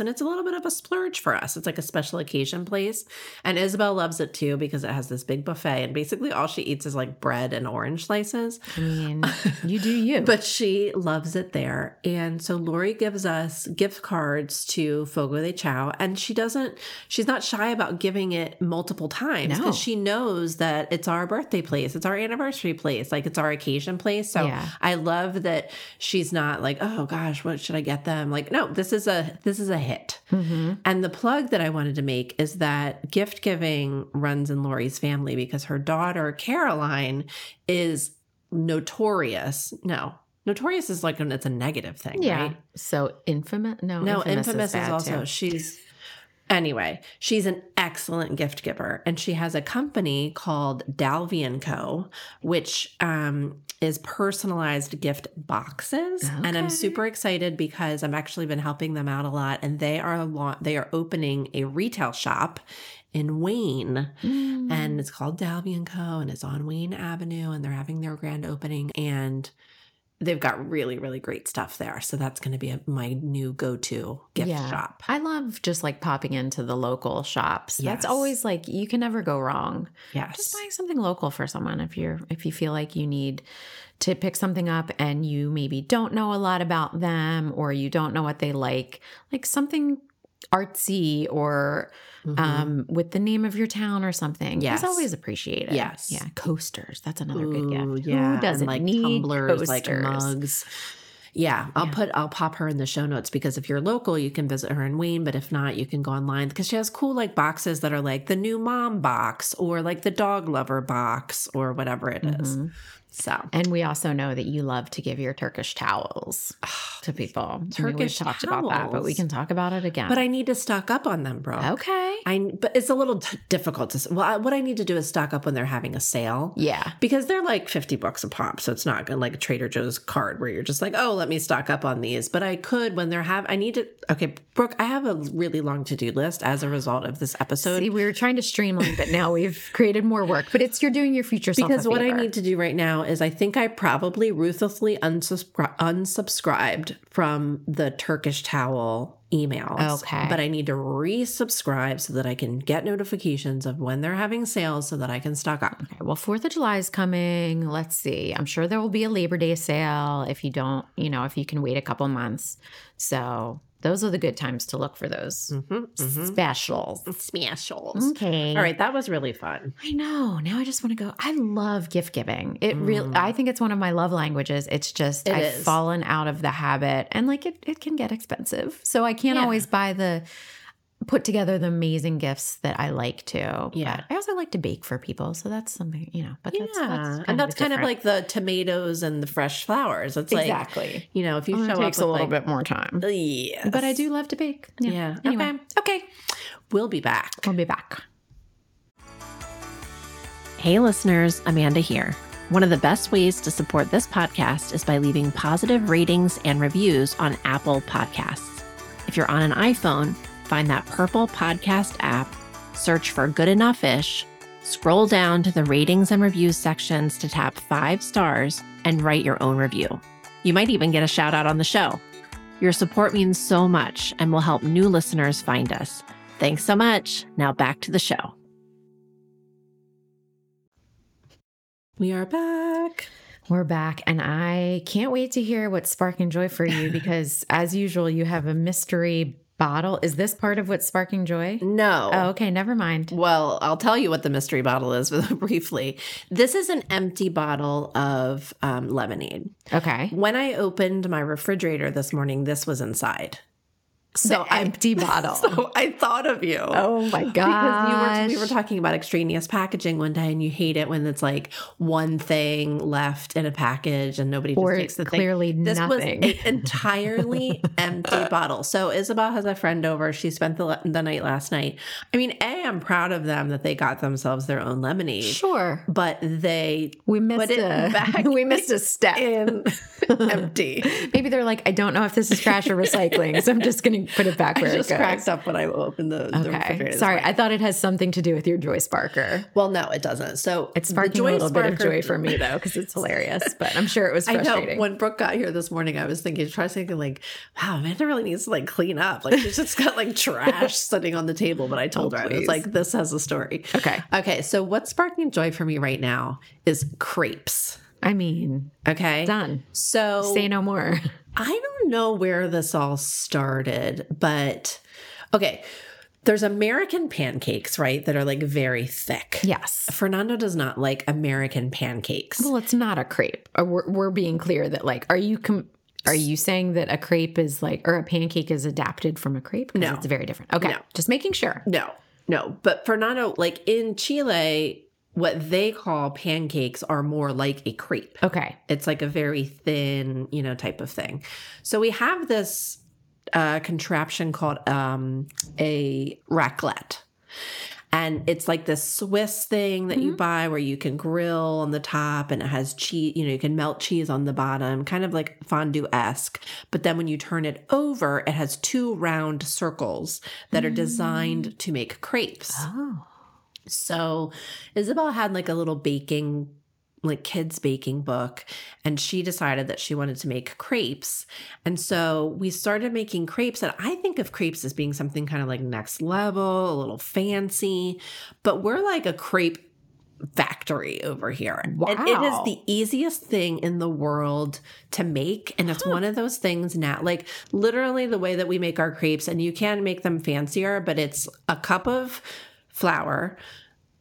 [SPEAKER 2] and it's a little bit of a splurge for us. It's like a special occasion place, and Isabel loves it too because it has this big buffet, and basically all she eats is like bread and orange slices.
[SPEAKER 1] I mean, you do you.
[SPEAKER 2] But she loves it there. And so Lori gives us gift cards to Fogo de Chao. And she doesn't, she's not shy about giving it multiple times
[SPEAKER 1] No.
[SPEAKER 2] because she knows that it's our birthday place, it's our anniversary place, like it's our occasion place. So
[SPEAKER 1] Yeah.
[SPEAKER 2] I love that she's not like, oh gosh, what should I get them? Like, no, this is a this is a hit.
[SPEAKER 1] hmm
[SPEAKER 2] And the plug that I wanted to make is that gift giving runs in Lori's family because her daughter, Caroline, is notorious. No, notorious is like, an, it's a negative thing,
[SPEAKER 1] Yeah.
[SPEAKER 2] right?
[SPEAKER 1] So infamous? No,
[SPEAKER 2] No,
[SPEAKER 1] infamous,
[SPEAKER 2] infamous, is,
[SPEAKER 1] bad,
[SPEAKER 2] also,
[SPEAKER 1] too.
[SPEAKER 2] she's, anyway, she's an excellent gift giver. And she has a company called Dalvey and Co., which, um, is personalized gift boxes and i'm
[SPEAKER 1] Okay.
[SPEAKER 2] super super excited because I've actually been helping them out a lot, and they are la- they are opening a retail shop in Wayne,
[SPEAKER 1] Mm.
[SPEAKER 2] and it's called Dalby and Co. and it's on Wayne Avenue, and they're having their grand opening and. They've got really, really great stuff there. So that's going to be a, my new go to gift
[SPEAKER 1] Yeah.
[SPEAKER 2] shop.
[SPEAKER 1] I love just like popping into the local shops. That's
[SPEAKER 2] Yes.
[SPEAKER 1] always like you can never go wrong. Just
[SPEAKER 2] Yes.
[SPEAKER 1] buying something local for someone if you're if you feel like you need to pick something up and you maybe don't know a lot about them or you don't know what they like, like something artsy or
[SPEAKER 2] Mhm.
[SPEAKER 1] um with the name of your town or something.
[SPEAKER 2] Yes.
[SPEAKER 1] Is always appreciated.
[SPEAKER 2] Yes.
[SPEAKER 1] Yeah. Coasters. That's another good
[SPEAKER 2] Ooh,
[SPEAKER 1] gift.
[SPEAKER 2] Yeah.
[SPEAKER 1] Who doesn't
[SPEAKER 2] and like
[SPEAKER 1] need
[SPEAKER 2] tumblers, like
[SPEAKER 1] coasters?
[SPEAKER 2] mugs. Yeah, I'll
[SPEAKER 1] Yeah.
[SPEAKER 2] put I'll pop her in the show notes because if you're local, you can visit her in Wayne, but if not, you can go online because she has cool like boxes that are like the new mom box or like the dog lover box or whatever it is.
[SPEAKER 1] Mhm.
[SPEAKER 2] So
[SPEAKER 1] And we also know that you love to give your Turkish towels to people. I mean, we've
[SPEAKER 2] Turkish
[SPEAKER 1] talked about that, but we
[SPEAKER 2] towels.
[SPEAKER 1] can talk about it again.
[SPEAKER 2] But I need to stock up on them, bro.
[SPEAKER 1] okay.
[SPEAKER 2] I but it's a little t- difficult to s- well I, what I need to do is stock up when they're having a sale.
[SPEAKER 1] yeah.
[SPEAKER 2] Because they're like 50 bucks a pop, so it's not gonna like a Trader Joe's card where you're just like, "Oh, let me stock up on these." But I could when they're have I need to Okay, Brooke, I have a really long to-do list as a result of this episode.
[SPEAKER 1] See, we were trying to streamline, but now we've created more work. But it's you're doing your future self a
[SPEAKER 2] because what I
[SPEAKER 1] favor.
[SPEAKER 2] need to do right now is I think I probably ruthlessly unsubscri- unsubscribed from the Turkish towel emails.
[SPEAKER 1] Okay.
[SPEAKER 2] But I need to resubscribe so that I can get notifications of when they're having sales so that I can stock up.
[SPEAKER 1] Okay, well, Fourth of July is coming. Let's see. I'm sure there will be a Labor Day sale if you don't, you know, if you can wait a couple months. So those are the good times to look for those
[SPEAKER 2] Mm-hmm,
[SPEAKER 1] Mm-hmm. specials.
[SPEAKER 2] Smashals.
[SPEAKER 1] Okay.
[SPEAKER 2] All right, that was really fun.
[SPEAKER 1] I know. Now I just want to go. I love gift giving. It real. I think it's one of my love languages. It's just
[SPEAKER 2] Mm. It
[SPEAKER 1] I've
[SPEAKER 2] is.
[SPEAKER 1] fallen out of the habit, and like it, it can get expensive. So I can't
[SPEAKER 2] Yeah.
[SPEAKER 1] always buy the put together the amazing gifts that I like to.
[SPEAKER 2] Yeah.
[SPEAKER 1] but I also like to bake for people, so that's something you know. But
[SPEAKER 2] Yeah.
[SPEAKER 1] that's, that's
[SPEAKER 2] and that's kind of
[SPEAKER 1] different.
[SPEAKER 2] like the tomatoes and the fresh flowers. It's like,
[SPEAKER 1] exactly.
[SPEAKER 2] you know, if you
[SPEAKER 1] Only
[SPEAKER 2] show
[SPEAKER 1] Oh, takes
[SPEAKER 2] up
[SPEAKER 1] a
[SPEAKER 2] with
[SPEAKER 1] little
[SPEAKER 2] like,
[SPEAKER 1] bit more time,
[SPEAKER 2] bit. Yes.
[SPEAKER 1] but I do love to bake.
[SPEAKER 2] Yeah.
[SPEAKER 1] Anyway,
[SPEAKER 2] Okay. Okay. We'll be back.
[SPEAKER 1] we'll be back.
[SPEAKER 4] Hey, listeners, Amanda here. One of the best ways to support this podcast is by leaving positive ratings and reviews on Apple Podcasts. If you're on an iPhone, find that purple podcast app, search for Good Enough Ish, scroll down to the ratings and reviews sections to tap five stars and write your own review. You might even get a shout out on the show. Your support means so much and will help new listeners find us. Thanks so much. Now back to the show.
[SPEAKER 2] We are back.
[SPEAKER 1] We're back, and I can't wait to hear what's sparking joy for you because, as usual, you have a mystery bottle. Is this part of what's sparking joy?
[SPEAKER 2] No.
[SPEAKER 1] Oh, okay, never mind.
[SPEAKER 2] Well, I'll tell you what the mystery bottle is briefly. This is an empty bottle of um, lemonade.
[SPEAKER 1] Okay.
[SPEAKER 2] When I opened my refrigerator this morning, this was inside. So
[SPEAKER 1] The empty bottle.
[SPEAKER 2] So I thought of you.
[SPEAKER 1] Oh my
[SPEAKER 2] Because you
[SPEAKER 1] god.
[SPEAKER 2] were, we were talking about extraneous packaging one day, and you hate it when it's like one thing left in a package, and nobody just
[SPEAKER 1] Or
[SPEAKER 2] takes the thing.
[SPEAKER 1] clearly
[SPEAKER 2] This
[SPEAKER 1] nothing.
[SPEAKER 2] was an entirely empty bottle. So Isabel has a friend over. She spent the, the night last night. I mean, a I'm proud of them that they got themselves their own lemonade,
[SPEAKER 1] sure.
[SPEAKER 2] but they
[SPEAKER 1] We missed
[SPEAKER 2] it
[SPEAKER 1] a
[SPEAKER 2] back
[SPEAKER 1] we missed a step.
[SPEAKER 2] in empty.
[SPEAKER 1] Maybe they're like, I don't know if this is trash or recycling, so I'm just gonna put it back
[SPEAKER 2] I
[SPEAKER 1] where
[SPEAKER 2] just
[SPEAKER 1] it goes.
[SPEAKER 2] cracked up when I opened the, the
[SPEAKER 1] okay.
[SPEAKER 2] refrigerator. this
[SPEAKER 1] Sorry,
[SPEAKER 2] morning.
[SPEAKER 1] I thought it has something to do with your Joy Sparker.
[SPEAKER 2] well, no, it doesn't. So
[SPEAKER 1] It's
[SPEAKER 2] the
[SPEAKER 1] sparking a
[SPEAKER 2] Joy
[SPEAKER 1] little bit of
[SPEAKER 2] Sparker-
[SPEAKER 1] joy for me though, because it's hilarious. But I'm sure it was
[SPEAKER 2] I know.
[SPEAKER 1] frustrating.
[SPEAKER 2] When Brooke got here this morning, I was thinking, trying to think, like, wow, Amanda really needs to like clean up. Like, she's just got like trash sitting on the table. But I told
[SPEAKER 1] Oh,
[SPEAKER 2] her, I was
[SPEAKER 1] please.
[SPEAKER 2] like, this has a story.
[SPEAKER 1] okay.
[SPEAKER 2] Okay. So, what's sparking joy for me right now is crepes.
[SPEAKER 1] I mean,
[SPEAKER 2] Okay.
[SPEAKER 1] done.
[SPEAKER 2] So,
[SPEAKER 1] Say no more.
[SPEAKER 2] I don't know where this all started, but okay. There's American pancakes, right? That are like very thick.
[SPEAKER 1] Yes.
[SPEAKER 2] Fernando does not like American pancakes.
[SPEAKER 1] Well, it's not a crepe. Uh, We're, we're being clear that like, are you com- are you saying that a crepe is like or a pancake is adapted from a crepe? 'Cause
[SPEAKER 2] No.
[SPEAKER 1] it's very different. Okay,
[SPEAKER 2] No.
[SPEAKER 1] just making sure.
[SPEAKER 2] No, no. But Fernando, like in Chile, what they call pancakes are more like a crepe.
[SPEAKER 1] Okay,
[SPEAKER 2] It's like a very thin, you know, type of thing. So we have this uh, contraption called um, a raclette. And it's like this Swiss thing that you buy where you can grill on the top and it has cheese, you know, you can melt cheese on the bottom, kind of like fondue esque. But then when you turn it over, it has two round circles that are designed to make crepes.
[SPEAKER 1] Oh,
[SPEAKER 2] So Isabel had like a little baking, like kids baking book, and she decided that she wanted to make crepes. And so we started making crepes. And I think of crepes as being something kind of like next level, a little fancy, but we're like a crepe factory over here. And it is
[SPEAKER 1] Wow.
[SPEAKER 2] the easiest thing in the world to make. And it's one of those things now, like literally the way that we make our crepes, and you can make them fancier, but it's a cup of flour,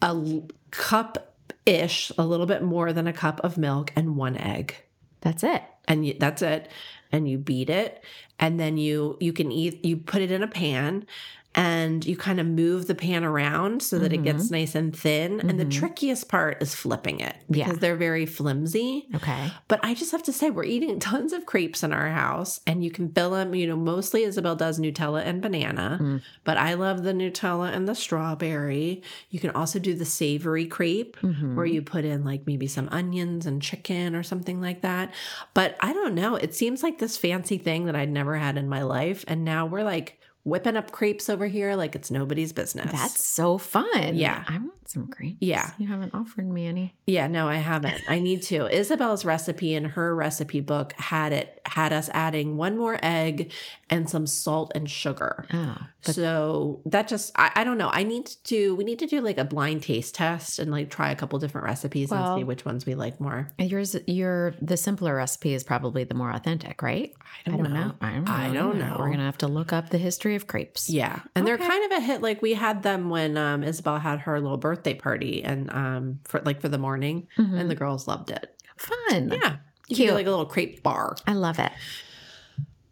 [SPEAKER 2] a l- cup ish, a little bit more than a cup of milk, and one egg.
[SPEAKER 1] that's it.
[SPEAKER 2] And you, that's it. and you beat it and then you you can eat you put it in a pan and you kind of move the pan around so that
[SPEAKER 1] Mhm.
[SPEAKER 2] it gets nice and thin and the
[SPEAKER 1] Mhm.
[SPEAKER 2] trickiest part is flipping it
[SPEAKER 1] Yeah.
[SPEAKER 2] because they're very flimsy
[SPEAKER 1] Okay.
[SPEAKER 2] but I just have to say, we're eating tons of crepes in our house, and you can fill them. You know, mostly Isabel does Nutella and banana,
[SPEAKER 1] Mm.
[SPEAKER 2] but I love the Nutella and the strawberry. You can also do the savory crepe.
[SPEAKER 1] Mhm.
[SPEAKER 2] Where you put in like maybe some onions and chicken or something like that. But I don't know. It seems like this fancy thing that I'd never had in my life. And now we're like whipping up crepes over here like it's nobody's business.
[SPEAKER 1] That's so fun.
[SPEAKER 2] Yeah.
[SPEAKER 1] I want some grapes.
[SPEAKER 2] Yeah.
[SPEAKER 1] You haven't offered me any.
[SPEAKER 2] Yeah, no, I haven't. I need to. Isabel's recipe in her recipe book had it had us adding one more egg and some salt and sugar.
[SPEAKER 1] Oh. But
[SPEAKER 2] so that just I, I don't know. I need to do we need to do like a blind taste test and like try a couple different recipes
[SPEAKER 1] Well-
[SPEAKER 2] and see which ones we like more.
[SPEAKER 1] yours your the simpler recipe is probably the more authentic, right?
[SPEAKER 2] I don't, know.
[SPEAKER 1] I don't know.
[SPEAKER 2] I don't know.
[SPEAKER 1] We're gonna have to look up the history of crepes.
[SPEAKER 2] Yeah. And
[SPEAKER 1] Okay.
[SPEAKER 2] they're kind of a hit. Like we had them when um Isabel had her little birthday party and um for like for the morning
[SPEAKER 1] Mhm.
[SPEAKER 2] and the girls loved it.
[SPEAKER 1] Fun.
[SPEAKER 2] Yeah. You can
[SPEAKER 1] Cute.
[SPEAKER 2] do like a little crepe bar.
[SPEAKER 1] I love it.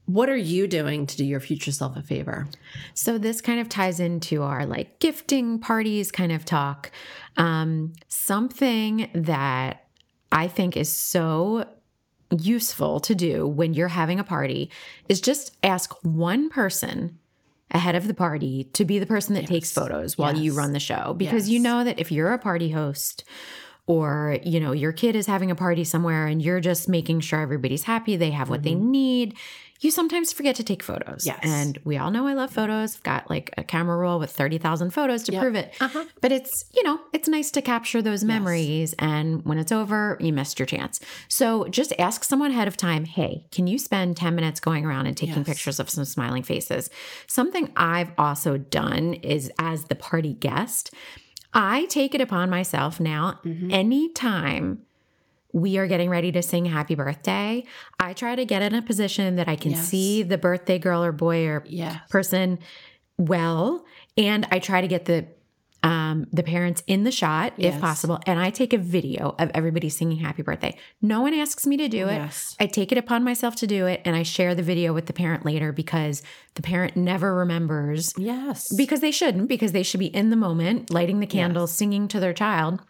[SPEAKER 2] What are you doing to do your future self a favor?
[SPEAKER 1] So this kind of ties into our like gifting parties kind of talk. Um, something that I think is so useful to do when you're having a party is just ask one person ahead of the party to be the person that takes photos while you
[SPEAKER 2] Yes.
[SPEAKER 1] run the show because you
[SPEAKER 2] Yes.
[SPEAKER 1] know that if you're a party host or you know your kid is having a party somewhere and you're just making sure everybody's happy they have what they need you sometimes forget to take photos
[SPEAKER 2] Mm-hmm. Yes.
[SPEAKER 1] and we all know i love photos I've got like a camera roll with 30,000 photos to
[SPEAKER 2] Yep.
[SPEAKER 1] prove it
[SPEAKER 2] Uh-huh.
[SPEAKER 1] but it's you know it's nice to capture those memories and when it's over you missed your chance so just ask someone ahead of time hey can you spend 10 minutes going around and taking
[SPEAKER 2] Yes.
[SPEAKER 1] pictures of some smiling faces something i've also done is as the party guest i take it upon myself now
[SPEAKER 2] Mm-hmm.
[SPEAKER 1] anytime we are getting ready to sing happy birthday i try to get in a position that i can
[SPEAKER 2] Yes.
[SPEAKER 1] see the birthday girl or boy or
[SPEAKER 2] Yeah.
[SPEAKER 1] person well and i try to get the um, the parents in the shot if
[SPEAKER 2] Yes.
[SPEAKER 1] possible and i take a video of everybody singing happy birthday no one asks me to do it
[SPEAKER 2] Yes.
[SPEAKER 1] i take it upon myself to do it and i share the video with the parent later because the parent never remembers
[SPEAKER 2] Yes.
[SPEAKER 1] because they shouldn't because they should be in the moment lighting the candles singing to their child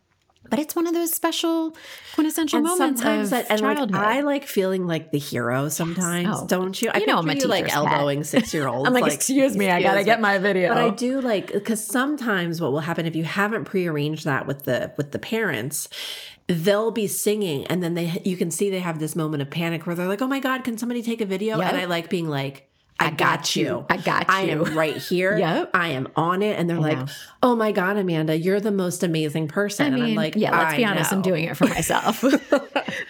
[SPEAKER 1] but it's one of those special quintessential moments of
[SPEAKER 2] that- and like,
[SPEAKER 1] childhood
[SPEAKER 2] I like feeling like the hero sometimes,
[SPEAKER 1] Oh.
[SPEAKER 2] don't you? I
[SPEAKER 1] You know I'm a
[SPEAKER 2] picture you like
[SPEAKER 1] teacher's pet.
[SPEAKER 2] elbowing six year olds.
[SPEAKER 1] am like, excuse me i gotta get my video
[SPEAKER 2] But I do like because sometimes what will happen if you haven't prearranged that with the with the parents, they'll be singing and then they you can see they have this moment of panic where they're like, oh my god, can somebody take a video?
[SPEAKER 1] Yep.
[SPEAKER 2] And I like being like. I, got,
[SPEAKER 1] got you.
[SPEAKER 2] you.
[SPEAKER 1] I got
[SPEAKER 2] I
[SPEAKER 1] you."
[SPEAKER 2] am right here.
[SPEAKER 1] Yep.
[SPEAKER 2] I am on it. And they're like,
[SPEAKER 1] know.
[SPEAKER 2] oh my God, Amanda, you're the most amazing
[SPEAKER 1] I
[SPEAKER 2] person. and I'm
[SPEAKER 1] mean,
[SPEAKER 2] like,
[SPEAKER 1] yeah, let's
[SPEAKER 2] I
[SPEAKER 1] be honest, I'm
[SPEAKER 2] know.
[SPEAKER 1] doing it for myself.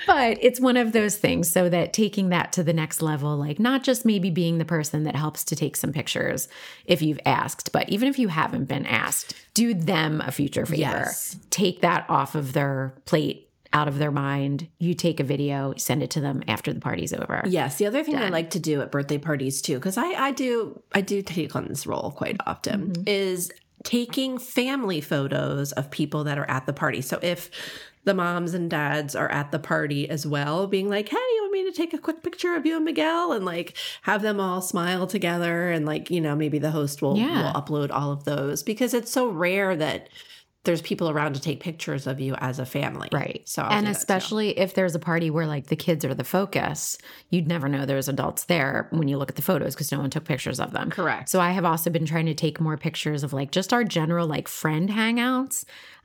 [SPEAKER 1] but it's one of those things so that taking that to the next level, like not just maybe being the person that helps to take some pictures if you've asked, but even if you haven't been asked, do them a future favor.
[SPEAKER 2] Yes.
[SPEAKER 1] Take that off of their plate, out of their mind. You take a video, send it to them after the party's over.
[SPEAKER 2] Yes, the other thing I like to do at birthday parties too, because I, I do I do take on this role quite often,
[SPEAKER 1] Mm-hmm.
[SPEAKER 2] is taking family photos of people that are at the party. So if the moms and dads are at the party as well, being like, "Hey, you want me to take a quick picture of you and Miguel?" and like have them all smile together, and like you know maybe the host will,
[SPEAKER 1] Yeah.
[SPEAKER 2] will upload all of those because it's so rare that there's people around to take pictures of you as a family,
[SPEAKER 1] Right.
[SPEAKER 2] So I'll
[SPEAKER 1] and
[SPEAKER 2] do that, too.
[SPEAKER 1] especially if there's a party where like the kids are the focus, you'd never know there's adults there when you look at the photos because no one took pictures of them.
[SPEAKER 2] Correct.
[SPEAKER 1] So I have also been trying to take more pictures of like just our general like friend hangouts.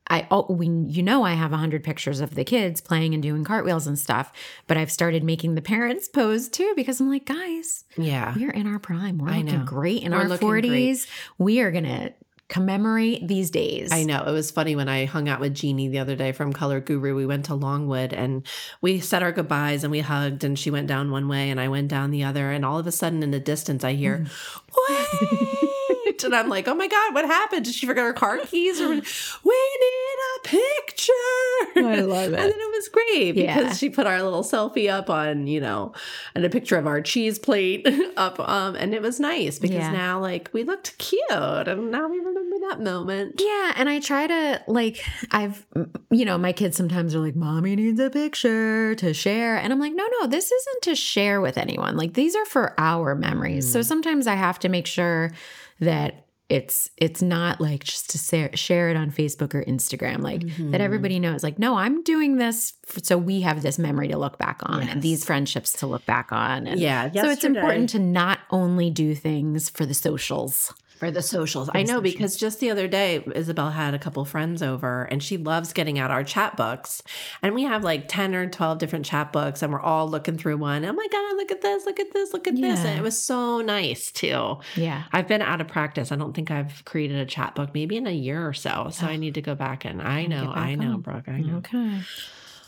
[SPEAKER 1] I oh, we you know I have 100 pictures of the kids playing and doing cartwheels and stuff, but I've started making the parents pose too because I'm like, guys,
[SPEAKER 2] yeah.
[SPEAKER 1] we're in our prime. We're
[SPEAKER 2] I
[SPEAKER 1] looking
[SPEAKER 2] know.
[SPEAKER 1] great in
[SPEAKER 2] We're
[SPEAKER 1] our
[SPEAKER 2] looking
[SPEAKER 1] 40s.
[SPEAKER 2] great.
[SPEAKER 1] We are going to commemorate these days.
[SPEAKER 2] I know. It was funny when I hung out with Jeannie the other day from Color Guru. We went to Longwood and we said our goodbyes and we hugged and she went down one way and I went down the other. And all of a sudden in the distance I hear,
[SPEAKER 1] Mm.
[SPEAKER 2] wait. and I'm like, oh my God, what happened? Did she forget her car keys? Or we need a picture.
[SPEAKER 1] I love
[SPEAKER 2] And
[SPEAKER 1] it.
[SPEAKER 2] then it was great because
[SPEAKER 1] Yeah.
[SPEAKER 2] she put our little selfie up on, you know, and a picture of our cheese plate up. Um, and it was nice because
[SPEAKER 1] Yeah.
[SPEAKER 2] now, like, we looked cute and now we remember that moment.
[SPEAKER 1] Yeah, and I try to like I've you know, my kids sometimes are like mommy needs a picture to share and I'm like no, no, this isn't to share with anyone. Like these are for our memories. So sometimes I have to make sure that it's it's not like just to share, share it on Facebook or Instagram like that everybody knows like no, I'm doing this f- so we have this memory to look back on and these friendships to look back on and
[SPEAKER 2] Yeah.
[SPEAKER 1] So it's important to not only do things for the socials.
[SPEAKER 2] For the socials. I
[SPEAKER 1] the
[SPEAKER 2] know
[SPEAKER 1] socials.
[SPEAKER 2] because just the other day, Isabel had a couple friends over and she loves getting out our chapbooks. And we have like 10 or 12 different chapbooks and we're all looking through one. Oh my God, look at this, look at this, look at this.
[SPEAKER 1] Yeah.
[SPEAKER 2] And it was so nice too.
[SPEAKER 1] Yeah.
[SPEAKER 2] I've been out of practice. I don't think I've created a chapbook maybe in a year or so. So I need to go back and I know,
[SPEAKER 1] back
[SPEAKER 2] I
[SPEAKER 1] on.
[SPEAKER 2] know,
[SPEAKER 1] Mm-hmm.
[SPEAKER 2] Brooke. I know.
[SPEAKER 1] Okay.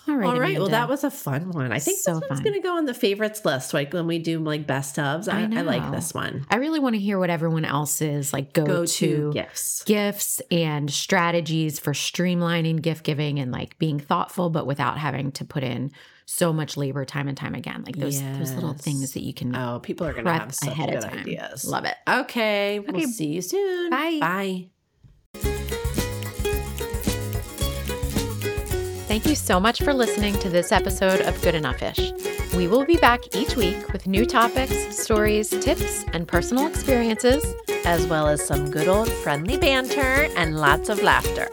[SPEAKER 1] All right.
[SPEAKER 2] All right. Well,
[SPEAKER 1] Amanda.
[SPEAKER 2] that was a fun one. I think
[SPEAKER 1] So
[SPEAKER 2] this one's
[SPEAKER 1] fun.
[SPEAKER 2] going to go on the favorites list. Like when we do like best ofs,
[SPEAKER 1] I
[SPEAKER 2] I, I, like
[SPEAKER 1] know.
[SPEAKER 2] this one.
[SPEAKER 1] I really want to hear what everyone else's like go,
[SPEAKER 2] Go
[SPEAKER 1] to
[SPEAKER 2] to gifts.
[SPEAKER 1] gifts and strategies for streamlining gift giving and like being thoughtful, but without having to put in so much labor time and time again. Like those those little
[SPEAKER 2] Yes.
[SPEAKER 1] things that you can.
[SPEAKER 2] Oh, people are going to
[SPEAKER 1] prep
[SPEAKER 2] have such
[SPEAKER 1] ahead
[SPEAKER 2] good
[SPEAKER 1] of time.
[SPEAKER 2] ideas.
[SPEAKER 1] Love it. Okay.
[SPEAKER 2] Okay, We'll see you soon.
[SPEAKER 1] Bye.
[SPEAKER 2] Bye.
[SPEAKER 1] Thank you so much for listening to this episode of Good Enough Ish. We will be back each week with new topics, stories, tips, and personal experiences.
[SPEAKER 4] as well as some good old friendly banter and lots of laughter.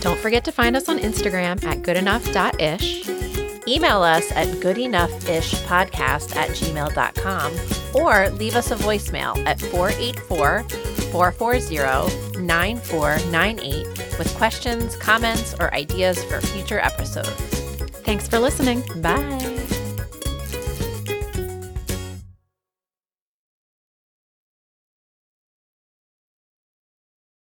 [SPEAKER 1] Don't forget to find us on Instagram at goodenough.ish.
[SPEAKER 4] Email us at goodenoughishpodcast at gmail.com or leave us a voicemail at 484 440 9498 with questions, comments, or ideas for future episodes.
[SPEAKER 1] Thanks for listening.
[SPEAKER 4] Bye.